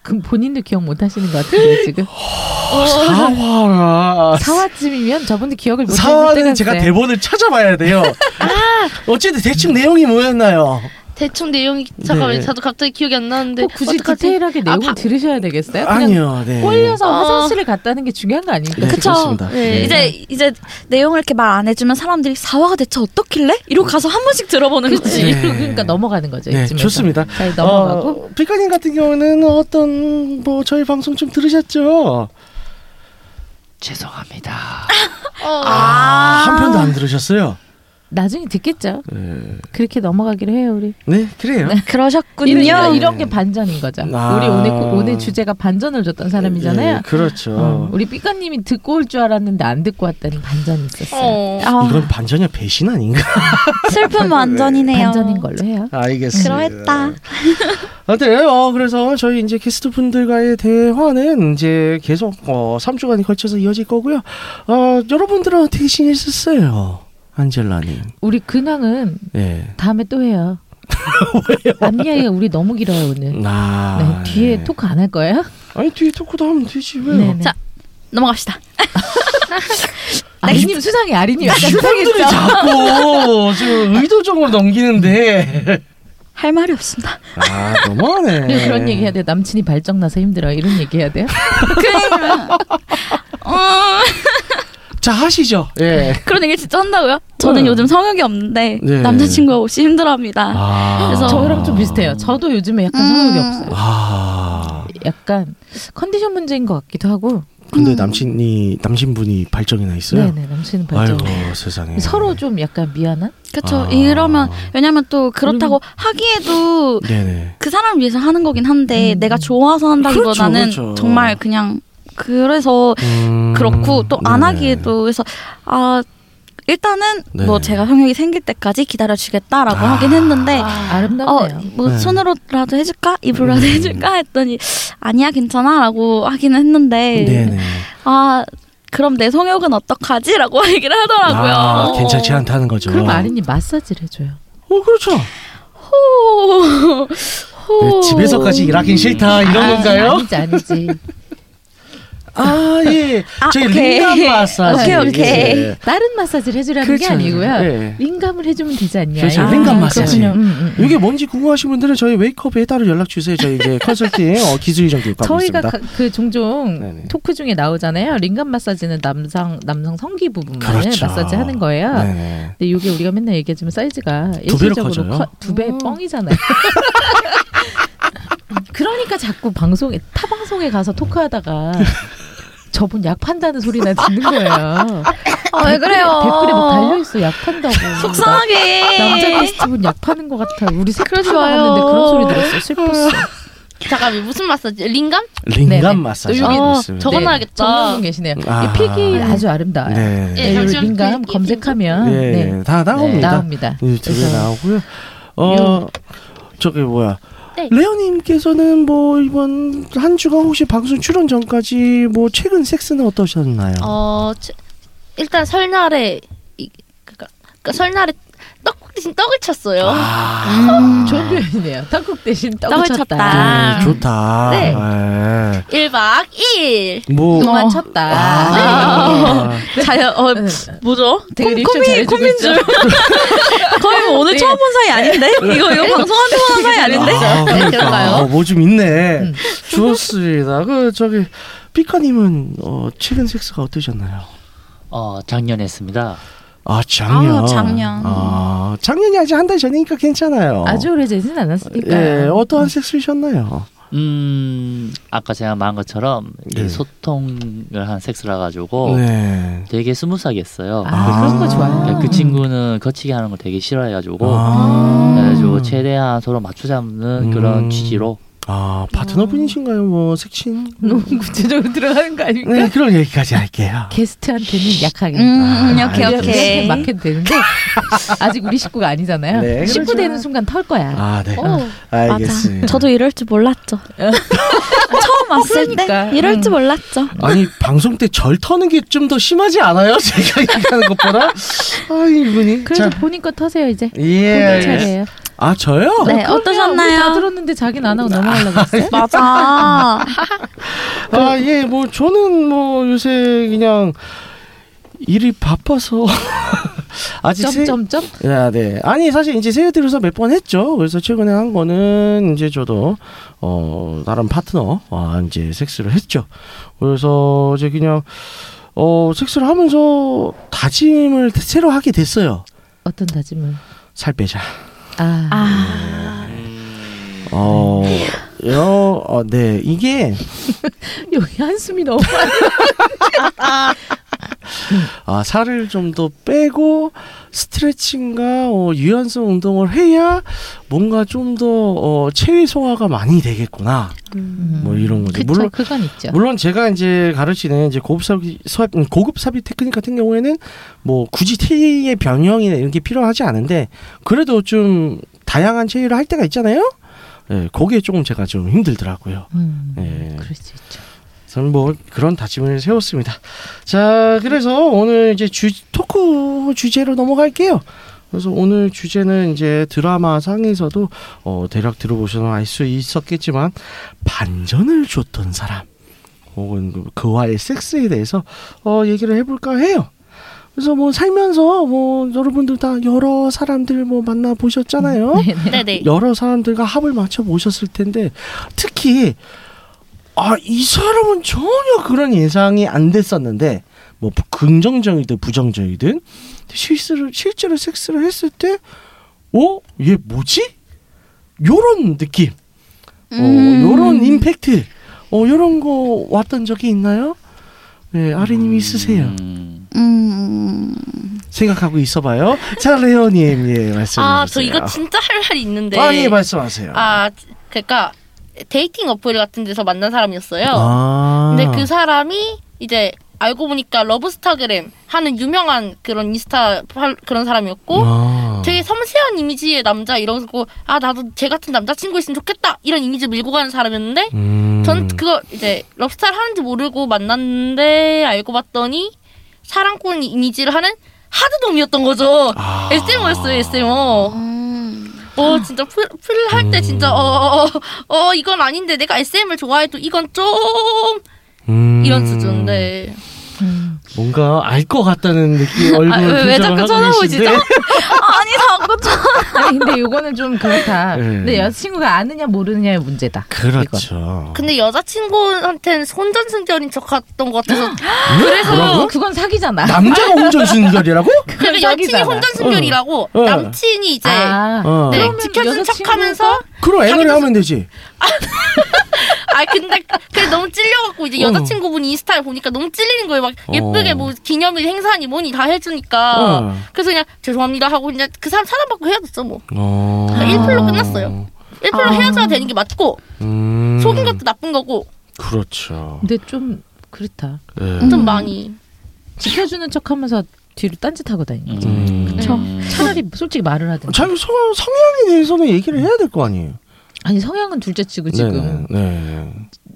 Speaker 5: 그 본인도 기억 못 하시는 것
Speaker 6: *laughs*
Speaker 5: 같은데 지금
Speaker 4: 어,
Speaker 6: 아, 사화라.
Speaker 5: 사화쯤이면 저분도 기억을 못 하실 때가
Speaker 6: 사화는 아, 제가
Speaker 5: 있어요.
Speaker 6: 대본을 찾아봐야 돼요. 어쨌든 대충 내용이 뭐였나요?
Speaker 4: *laughs* 대충 내용이 잠깐만
Speaker 6: 네.
Speaker 4: 저도 갑자기 기억이 안 나는데
Speaker 5: 꼭 굳이 그
Speaker 4: 어떡하지?
Speaker 5: 디테일하게
Speaker 4: 아,
Speaker 5: 내용을
Speaker 4: 바-
Speaker 5: 들으셔야 되겠어요? 그냥
Speaker 6: 아니요, 네.
Speaker 5: 홀려서
Speaker 4: 어.
Speaker 5: 화장실을 갔다는 게 중요한 거 아닙니까?
Speaker 6: 네,
Speaker 3: 그쵸.
Speaker 6: 그렇습니다.
Speaker 4: 네,
Speaker 3: 이제 이제 내용을 이렇게 말 안 해주면 사람들이 사화가 대체 어떻길래? 이러고 가서 한 번씩 들어보는 거지.
Speaker 6: 네.
Speaker 5: 그러니까 넘어가는 거죠.
Speaker 6: 네,
Speaker 5: 이쯤에서.
Speaker 6: 좋습니다.
Speaker 5: 잘 넘어가고
Speaker 6: 어, 피카님 같은 경우는 어떤 뭐 저희 방송 좀 들으셨죠?
Speaker 2: 죄송합니다.
Speaker 4: 어,
Speaker 6: 아, 한 편도 안 들으셨어요.
Speaker 5: 나중에 듣겠죠.
Speaker 6: 네,
Speaker 5: 그렇게 넘어가기로 해요 우리.
Speaker 6: 네 그래요.
Speaker 3: 그러셨군요.
Speaker 5: 이런, 이런, 이런 게 반전인 거죠.
Speaker 6: 아.
Speaker 5: 우리 오늘 꼭- 오늘 주제가 반전을 줬던 사람이잖아요.
Speaker 6: 네, 그렇죠.
Speaker 5: 어, 우리 삐까님이 듣고 올 줄 알았는데 안 듣고 왔다는 반전이 있었어요.
Speaker 4: 어.
Speaker 3: 아,
Speaker 6: 이건 반전이야 배신 아닌가?
Speaker 3: 슬픈 완전이네요.
Speaker 5: 반전인 걸로 해요.
Speaker 6: 알겠습니다.
Speaker 3: 그러했다.
Speaker 6: 아무튼 어 그래서 저희 이제 게스트 분들과의 대화는 이제 계속 어 3주간에 걸쳐서 이어질 거고요. 어 여러분들은 어떻게 지냈었어요? 안젤라님.
Speaker 5: 우리 근황은
Speaker 6: 예.
Speaker 5: 다음에 또
Speaker 6: *laughs*
Speaker 5: 해요. 앞이야기가 우리 너무 길어요
Speaker 6: 음.
Speaker 5: 오늘.
Speaker 6: 나
Speaker 5: 네, 뒤에 토크 안 할 거예요?
Speaker 6: 아, 아니 뒤에 토크도 하면 되지 왜요?
Speaker 5: 네네.
Speaker 3: 자, 넘어갑시다.
Speaker 5: 아리님 수상해 아리님 약간
Speaker 6: 사람들이
Speaker 5: 수상했죠.
Speaker 6: 자꾸 지금 의도적으로 넘기는데
Speaker 3: 할 말이 없습니다. *laughs*
Speaker 6: 아
Speaker 5: *laughs*
Speaker 6: 너무하네.
Speaker 5: 그런 얘기 해야 돼. 남친이 발정 나서 힘들어. 이런 얘기 해야 돼요?
Speaker 3: 그 어,
Speaker 6: 자 하시죠.
Speaker 5: 네.
Speaker 6: 예.
Speaker 3: 그런 얘기 진짜 한다고요? 저는
Speaker 6: 네.
Speaker 3: 요즘 성욕이 없는데
Speaker 6: 네.
Speaker 3: 남자친구가 없이 힘들어합니다.
Speaker 6: 아.
Speaker 3: 그래서
Speaker 5: 저랑 좀 비슷해요. 저도 요즘에 약간 성욕이 없어요.
Speaker 6: 아.
Speaker 5: 약간 컨디션 문제인 것 같기도 하고.
Speaker 6: 근데 남친이 남친분이 발정이 나 있어요.
Speaker 5: 음. 네네 남친은 발정.
Speaker 6: 아이고 세상에.
Speaker 5: 서로 좀 약간 미안한.
Speaker 3: 그렇죠.
Speaker 6: 아.
Speaker 3: 이러면 왜냐면 또 그렇다고 하기에도
Speaker 6: 네네.
Speaker 3: 그 사람을 위해서 하는 거긴 한데
Speaker 5: 음.
Speaker 3: 내가 좋아서 한다기보다는
Speaker 6: 그렇죠, 그렇죠.
Speaker 3: 정말 그냥 그래서
Speaker 6: 음,
Speaker 3: 그렇고 또 안
Speaker 6: 네네.
Speaker 3: 하기에도 그래서 아 일단은
Speaker 6: 네.
Speaker 3: 뭐 제가 성욕이 생길 때까지 기다려 주겠다라고
Speaker 6: 아.
Speaker 3: 하긴 했는데 어
Speaker 5: 아름답네요.
Speaker 3: 뭐
Speaker 6: 네.
Speaker 3: 손으로라도 해줄까 입으로라도
Speaker 6: 음.
Speaker 3: 해줄까 했더니 아니야 괜찮아라고 하기는 했는데
Speaker 6: 네네.
Speaker 3: 아 그럼 내 성욕은 어떡하지라고 *laughs* 얘기를 하더라고요.
Speaker 6: 아 괜찮지 않다는 거죠.
Speaker 5: 그럼 아린이 마사지를 해줘요.
Speaker 6: 어 그렇죠. 네,
Speaker 3: 호, 호.
Speaker 6: 집에서까지 일하긴 싫다 이런
Speaker 5: 아,
Speaker 6: 건가요?
Speaker 5: 아니지
Speaker 6: *laughs*
Speaker 5: 아니지.
Speaker 6: 아 예.
Speaker 3: 아,
Speaker 6: 저희
Speaker 3: 오케이.
Speaker 6: 링감 마사지.
Speaker 3: 오케이, 오케이.
Speaker 6: 예.
Speaker 5: 다른 마사지를 해주라는 게
Speaker 6: 그렇죠.
Speaker 5: 아니고요.
Speaker 6: 예.
Speaker 5: 링감을 해주면 되지 않냐.
Speaker 6: 그렇죠.
Speaker 5: 이런
Speaker 6: 링감
Speaker 5: 거.
Speaker 6: 마사지.
Speaker 5: 그렇군요. 음, 음.
Speaker 6: 이게 뭔지 궁금하신 분들은 저희 웨이크업에 따로 연락 주세요. 저희 이제 컨설팅 어, 기술 이정 교육하고
Speaker 5: 저희가
Speaker 6: 있습니다.
Speaker 5: 가, 그 종종
Speaker 6: 네네.
Speaker 5: 토크 중에 나오잖아요. 링감 마사지는 남성 남성 성기 부분만
Speaker 6: 그렇죠.
Speaker 5: 네, 마사지 하는 거예요.
Speaker 6: 네네.
Speaker 5: 근데 이게 우리가 맨날 얘기하지만 사이즈가
Speaker 6: 두 배로
Speaker 5: 일시적으로
Speaker 6: 커져요?
Speaker 5: 두배
Speaker 3: 음.
Speaker 5: 뻥이잖아요. *laughs* 그러니까 자꾸 방송에 타 방송에 가서 토크하다가 저분 약 판다는 소리나 듣는 거예요.
Speaker 3: 아, 왜 그래요?
Speaker 5: 댓글에 막 달려 있어 약 판다고.
Speaker 6: 아,
Speaker 3: 속상하게.
Speaker 5: 남자 게스트분 약 파는 것 같아. 우리 세트
Speaker 3: 그러지
Speaker 5: 나갔는데
Speaker 3: 마요.
Speaker 5: 그런 소리 들었어. 슬펐어.
Speaker 4: 잠깐만 무슨 마사지? 링감?
Speaker 6: 링감
Speaker 5: 네네.
Speaker 6: 마사지. 아,
Speaker 5: 또 여기-
Speaker 6: 하고
Speaker 4: 어,
Speaker 6: 있습니다.
Speaker 4: 저거
Speaker 5: 네,
Speaker 4: 나야겠다.
Speaker 5: 정명훈 계시네요.
Speaker 6: 아.
Speaker 5: 이 픽이 아주 아름다워요.
Speaker 6: 네.
Speaker 4: 예,
Speaker 5: 네,
Speaker 4: 잠시만요.
Speaker 5: 링감
Speaker 4: 그-
Speaker 5: 검색하면
Speaker 6: 예,
Speaker 5: 네.
Speaker 6: 예, 다
Speaker 5: 네,
Speaker 6: 나옵니다.
Speaker 5: 나옵니다.
Speaker 6: 유튜브에
Speaker 5: 그래서
Speaker 6: 나오고요. 어 저기 뭐야
Speaker 4: 네.
Speaker 6: 레오님께서는 뭐 이번 한 주가 혹시 방송 출연 전까지 뭐 최근 섹스는 어떠셨나요?
Speaker 4: 어 치- 일단 설날에 이- 그러니까, 그러니까 설날에 떡국 대신 떡을 쳤어요.
Speaker 6: 아. 네,
Speaker 3: 음.
Speaker 5: 좋은 표현이네요. 떡국 대신 떡을
Speaker 3: 떡을
Speaker 5: 쳤다.
Speaker 3: 쳤다.
Speaker 6: 네, 좋다.
Speaker 4: 네.
Speaker 6: 네.
Speaker 4: 1박 2일.
Speaker 6: 뭐
Speaker 5: 동안
Speaker 3: 어.
Speaker 5: 쳤다.
Speaker 6: 아,
Speaker 3: 자연 어 뭐죠?
Speaker 5: 네. 되게
Speaker 3: 콤-
Speaker 5: 리액션
Speaker 3: 콤이
Speaker 5: 잘해주고
Speaker 3: 콤인
Speaker 5: 있죠?
Speaker 3: 줄. 거의 뭐 오늘
Speaker 5: 네.
Speaker 3: 처음 본 사이 아닌데? 이거 이거 방송한 데본 사이 아닌데?
Speaker 6: 아,
Speaker 4: 그런가요?
Speaker 6: 그러니까 뭐 좀 있네.
Speaker 5: 음.
Speaker 6: 좋습니다. 그 저기 피카님은 어, 최근 섹스가 어떠셨나요?
Speaker 2: 어 작년 했습니다.
Speaker 6: 아 작년.
Speaker 3: 아, 작년.
Speaker 6: 아, 작년이 아직 한 달 전이니까 괜찮아요.
Speaker 5: 아주 오래되진 않았으니까.
Speaker 6: 예, 어떠한 섹스이셨나요?
Speaker 2: 음 아까 제가 말한 것처럼
Speaker 6: 네.
Speaker 2: 이 소통을 한 섹스라 가지고
Speaker 6: 네.
Speaker 2: 되게 스무스하게 했어요.
Speaker 5: 아, 그런 거 좋아요.
Speaker 2: 네, 그 친구는 거치게 하는 걸 되게 싫어해가지고
Speaker 6: 아.
Speaker 2: 그래가지고 최대한 서로 맞추자는
Speaker 6: 음.
Speaker 2: 그런 취지로
Speaker 6: 아 파트너분이신가요? 뭐 색친?
Speaker 5: 너무 구체적으로 들어가는 거 아닙니까?
Speaker 6: 네 그런 얘기까지 할게요.
Speaker 5: 게스트한테는 약하게.
Speaker 3: 음,
Speaker 6: 아,
Speaker 3: 음, 오케이
Speaker 5: 우리가
Speaker 3: 오케이.
Speaker 5: 우리한테는 막해도
Speaker 3: *laughs*
Speaker 5: 되는데 아직 우리 식구가 아니잖아요.
Speaker 6: 네,
Speaker 5: 식구
Speaker 6: 그렇죠.
Speaker 5: 되는 순간 털 거야.
Speaker 6: 아 네.
Speaker 4: 오.
Speaker 6: 알겠습니다.
Speaker 3: 저도 이럴 줄 *laughs* 몰랐죠. 아, 처음 왔을
Speaker 5: 그러니까.
Speaker 3: 때 이럴
Speaker 5: 음.
Speaker 3: 줄 몰랐죠.
Speaker 6: 아니 방송 때 절 터는 게 좀 더 심하지 않아요? *laughs* 제가 얘기하는 것보다. 아 이분이.
Speaker 5: 그래서
Speaker 6: 자,
Speaker 5: 본인 거 터세요 이제. 본인
Speaker 6: 예.
Speaker 5: 차례예요.
Speaker 6: 아 저요?
Speaker 3: 네,
Speaker 5: 그럼요.
Speaker 3: 어떠셨나요?
Speaker 5: 우리 다 들었는데 자기는 안 하고 넘어가려고 했어요.
Speaker 3: 맞아.
Speaker 6: 아 예. 뭐 저는 뭐 요새 그냥 일이 바빠서. *laughs* 아직 세,
Speaker 5: 점점점
Speaker 6: 아, 네. 아니 사실 이제 세에 들어서 몇 번 했죠. 그래서 최근에 한 거는 이제 저도 어 다른 파트너와 아, 이제 섹스를 했죠. 그래서 이제 그냥 어 섹스를 하면서 다짐을 새로 하게 됐어요.
Speaker 5: 어떤 다짐을
Speaker 6: 살 빼자.
Speaker 5: 아,
Speaker 6: 어, 여, 어, 네 이게
Speaker 5: 여기 한숨이 너무
Speaker 6: 아, 살을 좀 더 빼고 스트레칭과 어, 유연성 운동을 해야 뭔가 좀 더 어, 체위 소화가 많이 되겠구나. 뭐 이런 거죠.
Speaker 5: 그쵸,
Speaker 6: 물론
Speaker 5: 그건 있죠.
Speaker 6: 물론 제가 이제 가르치는 이제 고급 삽입, 삽, 음, 고급 삽입 테크닉 같은 경우에는 뭐 굳이 체의 변형이나 이런 게 필요하지 않은데 그래도 좀 다양한 체위를 할 때가 있잖아요. 예, 그게 조금 제가 좀 힘들더라고요.
Speaker 5: 음,
Speaker 6: 예.
Speaker 5: 그럴 수 있죠.
Speaker 6: 저는 뭐 그런 다짐을 세웠습니다. 자, 그래서 오늘 이제 주, 토크 주제로 넘어갈게요. 그래서 오늘 주제는 이제 드라마 상에서도 어, 대략 들어보셔서 알 수 있었겠지만 반전을 줬던 사람 혹은 그- 그와의 섹스에 대해서 어, 얘기를 해볼까 해요. 그래서 뭐 살면서 뭐 여러분들 다 여러 사람들 뭐 만나 보셨잖아요.
Speaker 4: 네네.
Speaker 6: 여러 사람들과 합을 맞춰 보셨을 텐데 특히 아 이 사람은 전혀 그런 예상이 안 됐었는데 뭐 긍정적이든 부정적이든 실수를 실제로 섹스를 했을 때 어? 얘 뭐지? 요런 느낌
Speaker 4: 음.
Speaker 6: 어, 요런 임팩트 어 요런 거 왔던 적이 있나요? 네 아리님 있으세요
Speaker 2: 음,
Speaker 3: 음,
Speaker 6: 생각하고 있어봐요 자 레오님 예 말씀해주세요
Speaker 4: 아 저 이거 진짜 할 말이 있는데.
Speaker 6: 아예 말씀하세요
Speaker 4: 아, 그러니까 데이팅 어플 같은 데서 만난 사람이었어요.
Speaker 6: 아.
Speaker 4: 근데 그 사람이 이제 알고 보니까 러브스타그램 하는 유명한 그런 인스타 팔- 그런 사람이었고
Speaker 6: 아.
Speaker 4: 되게 섬세한 이미지의 남자 이러고 아 나도 쟤 같은 남자친구 있으면 좋겠다 이런 이미지 밀고 가는 사람이었는데
Speaker 6: 음.
Speaker 4: 전 그거 이제 러브스타를 하는지 모르고 만났는데 알고 봤더니 사랑꾼 이미지를 하는 하드돔이었던 거죠.
Speaker 6: 아.
Speaker 4: SMO였어요, SMO.
Speaker 3: 음.
Speaker 4: 어 진짜 풀 풀 할 때
Speaker 6: 음.
Speaker 4: 진짜 어어어 어, 어, 이건 아닌데 내가 SM을 좋아해도 이건 좀
Speaker 6: 음.
Speaker 4: 이런 수준인데
Speaker 5: 음.
Speaker 6: 뭔가 알 것 같다는 느낌 얼굴
Speaker 4: 아, 왜-
Speaker 6: 표정을
Speaker 4: 왜 자꾸
Speaker 6: 하고
Speaker 4: 쳐다보시죠?
Speaker 6: 계신데
Speaker 4: *laughs*
Speaker 3: 아니 자꾸 저
Speaker 5: 아니 근데 요거는 좀 그렇다.
Speaker 6: 네.
Speaker 5: 근데 여자친구가 아느냐 모르느냐의 문제다.
Speaker 6: 그렇죠.
Speaker 4: 근데 여자친구한테는 손전승결인 척했던 것
Speaker 6: *gasps*
Speaker 4: 같아서
Speaker 6: 왜? 뭐라고?
Speaker 5: 이건. 그건 사기잖아.
Speaker 6: 남자가 운전순결이라고?
Speaker 4: 그러니까 여친이
Speaker 5: 사기잖아.
Speaker 4: 혼전승결이라고
Speaker 6: 어.
Speaker 4: 남친이 이제
Speaker 5: 아,
Speaker 6: 어.
Speaker 4: 네,
Speaker 5: 그러면
Speaker 4: 지켜준
Speaker 5: 여자친구가-
Speaker 4: 척하면서
Speaker 6: 그럼 애널이 하면 되지.
Speaker 4: 아 근데 그게 너무 찔려갖고 이제
Speaker 6: 어.
Speaker 4: 여자친구분 인스타를 보니까 너무 찔리는 거예요 막
Speaker 6: 어.
Speaker 4: 예쁘게 뭐 기념일 행사니 뭐니 다 해주니까
Speaker 6: 어.
Speaker 4: 그래서 그냥 죄송합니다 하고 그냥 그 사람 차단받고 헤어졌죠 뭐
Speaker 6: 어.
Speaker 4: 일플로 끝났어요. 일부러 헤어져야 되는 게 맞고
Speaker 6: 음.
Speaker 4: 속인 것도 나쁜 거고
Speaker 6: 그렇죠.
Speaker 5: 근데 좀 그렇다.
Speaker 6: 예.
Speaker 4: 좀
Speaker 3: 음.
Speaker 4: 많이
Speaker 5: 지켜주는 척하면서 뒤로 딴짓하고 다니는 거지.
Speaker 6: 음.
Speaker 3: 그쵸.
Speaker 5: 차라리 솔직히 말을 하든.
Speaker 6: 자기 그 성, 성향에 대해서는 얘기를 해야 될 거 아니에요.
Speaker 5: 아니 성향은 둘째치고 지금
Speaker 6: 네. 네.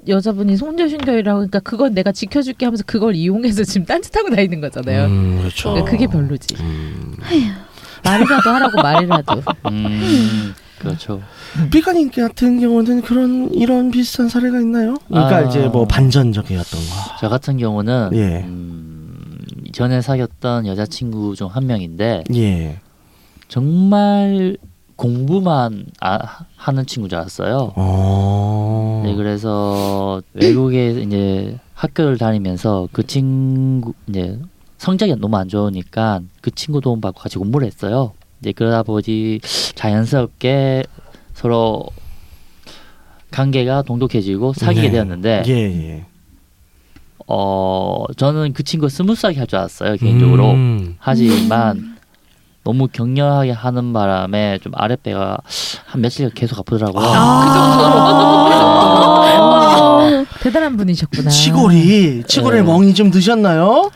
Speaker 5: 여자분이 송재신결이라고 하니까 그건 내가 지켜줄게 하면서 그걸 이용해서 지금 딴짓하고 다니는 거잖아요.
Speaker 6: 음, 그렇죠.
Speaker 5: 그러니까 그게 별로지.
Speaker 6: 음.
Speaker 5: 말이라도 하라고 말이라도.
Speaker 2: 음, 그렇죠.
Speaker 6: 피카님 같은 경우는 그런 이런 비슷한 사례가 있나요? 그러니까
Speaker 2: 아.
Speaker 6: 이제 뭐 반전적이었던 거.
Speaker 2: 저 같은 경우는
Speaker 6: 예.
Speaker 2: 음, 전에 사귀었던 여자친구 중 한 명인데
Speaker 6: 예.
Speaker 2: 정말 공부만 아, 하는 친구인 줄 알았어요.
Speaker 6: 어.
Speaker 2: 네, 그래서 외국에 이제 학교를 다니면서 그 친구 이제 성적이 너무 안 좋으니까 그 친구 도움 받고 같이 공부를 했어요. 이제 그러다 보니 자연스럽게 서로 관계가 동독해지고 사귀게
Speaker 6: 네.
Speaker 2: 되었는데
Speaker 6: 예, 예.
Speaker 2: 어 저는 그 친구 스무스하게 할 줄 알았어요 개인적으로
Speaker 6: 음.
Speaker 2: 하지만 너무 격렬하게 하는 바람에 좀 아랫배가 한 며칠 계속 아프더라고요.
Speaker 5: 그 대단한 분이셨구나.
Speaker 6: *laughs* 치골이 치골에
Speaker 2: 네.
Speaker 6: 멍이 좀 드셨나요?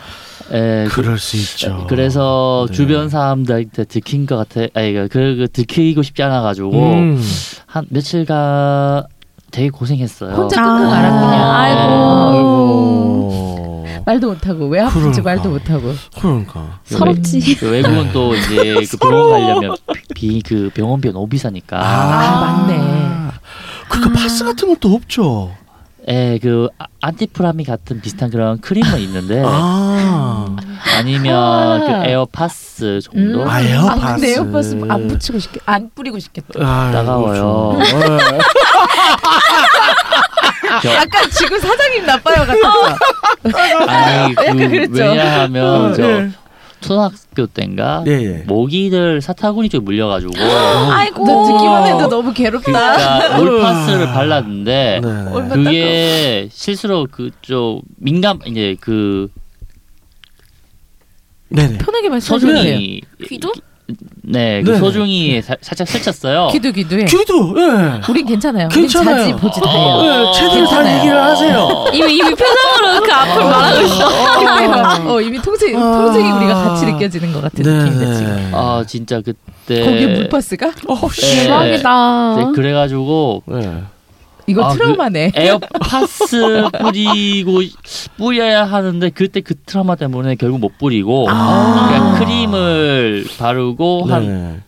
Speaker 2: 예,
Speaker 6: 그럴 수 있죠.
Speaker 2: 그래서
Speaker 6: 네.
Speaker 2: 주변 사람들한테 들킨 것 같아. 아니 그, 그, 그 들키고 싶지 않아 가지고
Speaker 6: 음.
Speaker 2: 한 며칠간 되게 고생했어요.
Speaker 5: 혼자 끙끙
Speaker 6: 아,
Speaker 5: 알았군요.
Speaker 2: 뭐
Speaker 3: 아이고.
Speaker 6: 아이고.
Speaker 5: 말도 못하고 왜 아픈지
Speaker 6: 그러니까.
Speaker 5: 말도 못하고.
Speaker 6: 그러니까.
Speaker 3: 서럽지.
Speaker 2: 그 외국은 또
Speaker 5: *laughs*
Speaker 2: 이제 그 병원 가려면 비그
Speaker 6: 아,
Speaker 2: 병원비가 너무 비싸니까.
Speaker 5: 아, 맞네.
Speaker 2: 음.
Speaker 6: 그니까 파스 같은 그러니까 것도 없죠.
Speaker 2: 예, 예, 그 아- 안티프라미 같은 비슷한 그런 크림은 있는데
Speaker 6: 아,
Speaker 2: 아니면
Speaker 5: 아.
Speaker 2: 그 에어파스 정도.
Speaker 5: 음.
Speaker 6: 아 에어파스.
Speaker 5: 아, 근데 에어파스 안 붙이고 싶겠, 안 뿌리고 싶겠다.
Speaker 6: 아이고,
Speaker 2: 따가워요.
Speaker 6: 좀. 어.
Speaker 2: 저-
Speaker 5: 약간 지금 사장님 나빠요 같았어.
Speaker 2: 아니
Speaker 5: *laughs* 약간 그렇죠.
Speaker 2: 그
Speaker 5: 그랬죠. 네.
Speaker 2: 왜냐하면
Speaker 6: 어,
Speaker 2: 저
Speaker 6: 예.
Speaker 2: 초등학교 때인가
Speaker 6: 예, 예.
Speaker 2: 모기들 사타구니 쪽에 물려가지고
Speaker 5: 아이고. 듣기만
Speaker 6: 어.
Speaker 5: 해도 너무 괴롭다.
Speaker 2: 그러니까 올파스를 발랐는데
Speaker 6: 음. 네.
Speaker 5: 얼마-
Speaker 2: 그게 실수로 그쪽 민감 이제 그
Speaker 6: 네네.
Speaker 5: 편하게 말씀해주세요.
Speaker 2: 소중이
Speaker 4: 귀도?
Speaker 2: 네, 그
Speaker 6: 네.
Speaker 2: 소중이 사- 살짝 스쳤어요.
Speaker 5: 기도 기도해.
Speaker 6: 귀도 예.
Speaker 5: 우린 괜찮아요.
Speaker 6: 괜찮아요.
Speaker 5: 우린 자지 보지도
Speaker 2: 어.
Speaker 5: 않아요.
Speaker 6: 예, 최대한 다
Speaker 5: 괜찮아요.
Speaker 6: 얘기를 하세요.
Speaker 4: 이미 이미 표정으로 그 앞을 말하고 있어.
Speaker 5: *laughs* 어, 어, 이미 통증 통증이
Speaker 6: 아. 네.
Speaker 5: 우리가 같이 느껴지는 것 같은 느낌인데 지금.
Speaker 2: 아 진짜 그때
Speaker 5: 거기에 물파스가?
Speaker 6: 어, 씨.
Speaker 2: 예.
Speaker 4: 대박이다.
Speaker 2: 네, 그래가지고
Speaker 6: 예.
Speaker 5: 이거
Speaker 2: 아,
Speaker 5: 트라우마네. *laughs*
Speaker 2: 에어팟스 뿌리고 뿌려야 하는데 그때 그 트라우마 때문에 결국 못 뿌리고
Speaker 5: 아.
Speaker 2: 그냥 크림을 바르고
Speaker 6: 네.
Speaker 2: 한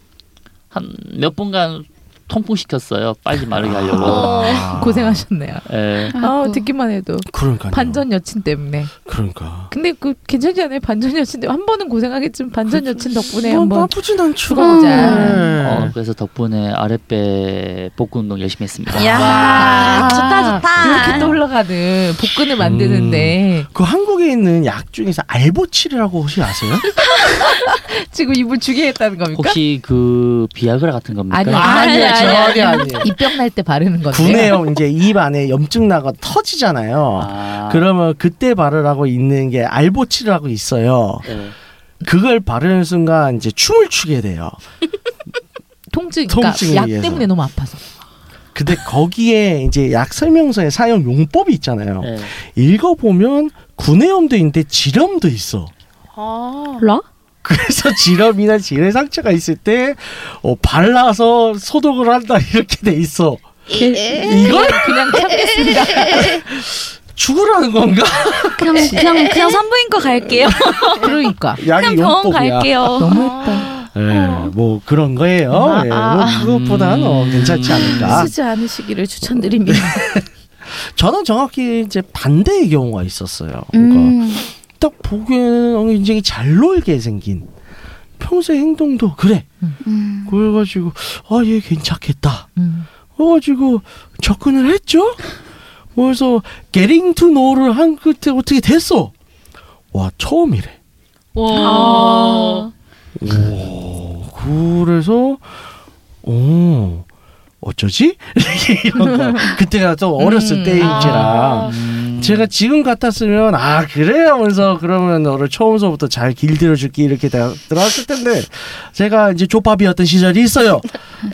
Speaker 2: 한 몇 분간 통풍 시켰어요. 빨리 마르게 하려고.
Speaker 5: 어.
Speaker 6: 아.
Speaker 5: 고생하셨네요.
Speaker 2: 예.
Speaker 5: 아, 듣기만 해도
Speaker 6: 그러니까요.
Speaker 5: 반전 여친 때문에.
Speaker 6: 그러니까.
Speaker 5: 근데 그 괜찮지 않아요? 반전 여친 때문에 한 번은 고생하겠지만 반전 여친 덕분에
Speaker 6: 뭐
Speaker 5: 네, 한번
Speaker 6: 나쁘진 않죠.
Speaker 5: 죽어보자.
Speaker 2: 어,
Speaker 6: 네.
Speaker 2: 그래서 덕분에 아랫배 복근 운동 열심히 했습니다.
Speaker 5: 아,
Speaker 1: 좋다, 좋다.
Speaker 5: 이렇게 또 흘러가는 복근을
Speaker 6: 음.
Speaker 5: 만드는데
Speaker 6: 그 한국에 있는 약 중에서 알보칠이라고 혹시 아세요?
Speaker 5: 지금 입을 주게 했다는 겁니까?
Speaker 2: 혹시 그 비아그라 같은 겁니까?
Speaker 5: 아니,
Speaker 4: 아니,
Speaker 5: 아니요,
Speaker 4: 아니,
Speaker 5: 전혀
Speaker 4: 아니.
Speaker 5: 아니에요. 입병 날 때 바르는 건데.
Speaker 6: 구내염 이제 입 안에 염증 나가 터지잖아요.
Speaker 2: 아,
Speaker 6: 그러면 그때 바르라고 있는 게 알보칠이라고 있어요.
Speaker 2: 예.
Speaker 6: 그걸 바르는 순간 이제 춤을 추게 돼요.
Speaker 5: 통증, 그러니까
Speaker 6: 통증에
Speaker 5: 약
Speaker 6: 의해서.
Speaker 5: 때문에 너무 아파서.
Speaker 6: 근데 거기에 이제 약 설명서에 사용 용법이 있잖아요.
Speaker 2: 예.
Speaker 6: 읽어보면 구내염도 있는데 지렴도 있어.
Speaker 4: 아.
Speaker 3: 라?
Speaker 6: 그래서 *laughs* 지렴이나 지뢰 상처가 있을 때 어, 발라서 소독을 한다 이렇게 돼 있어.
Speaker 5: 예.
Speaker 6: 이걸
Speaker 5: 그냥 참겠습니다.
Speaker 6: 죽으라는 건가?
Speaker 3: 그냥 그냥 그냥 산부인과 갈게요.
Speaker 5: 그러니까.
Speaker 6: *laughs* 약이
Speaker 4: 그냥 병원
Speaker 6: 용법이야. 아,
Speaker 4: 갈게요.
Speaker 5: 너무했다.
Speaker 6: 예, 뭐 그런 거예요.
Speaker 5: 아,
Speaker 6: 예,
Speaker 5: 아,
Speaker 6: 뭐
Speaker 5: 아.
Speaker 6: 그것보다는 어, 괜찮지 않을까.
Speaker 4: 음.
Speaker 5: 쓰지 않으시기를 추천드립니다.
Speaker 6: 저는 정확히 이제 반대의 경우가 있었어요.
Speaker 4: 음.
Speaker 6: 그러니까
Speaker 3: 음.
Speaker 6: 딱 보기에는 굉장히 잘 놀게 생긴 평소의 행동도 그래.
Speaker 4: 음.
Speaker 6: 그래가지고 아 얘 괜찮겠다.
Speaker 5: 음.
Speaker 6: 그래가지고 접근을 했죠. 그래서 getting to know를 한 끝에 어떻게 됐어. 와 처음이래.
Speaker 3: 아.
Speaker 4: 와.
Speaker 6: 그래서 오 어쩌지? *laughs* 이런 거. 그때가 좀 어렸을
Speaker 5: 음.
Speaker 6: 때인지라.
Speaker 4: 아.
Speaker 2: 음.
Speaker 6: 제가 지금 같았으면 아 그래 하면서 그러면 너를 처음서부터 잘 길들여 줄게 이렇게 다 들어왔을 텐데 제가 이제 조밥이었던 시절이 있어요.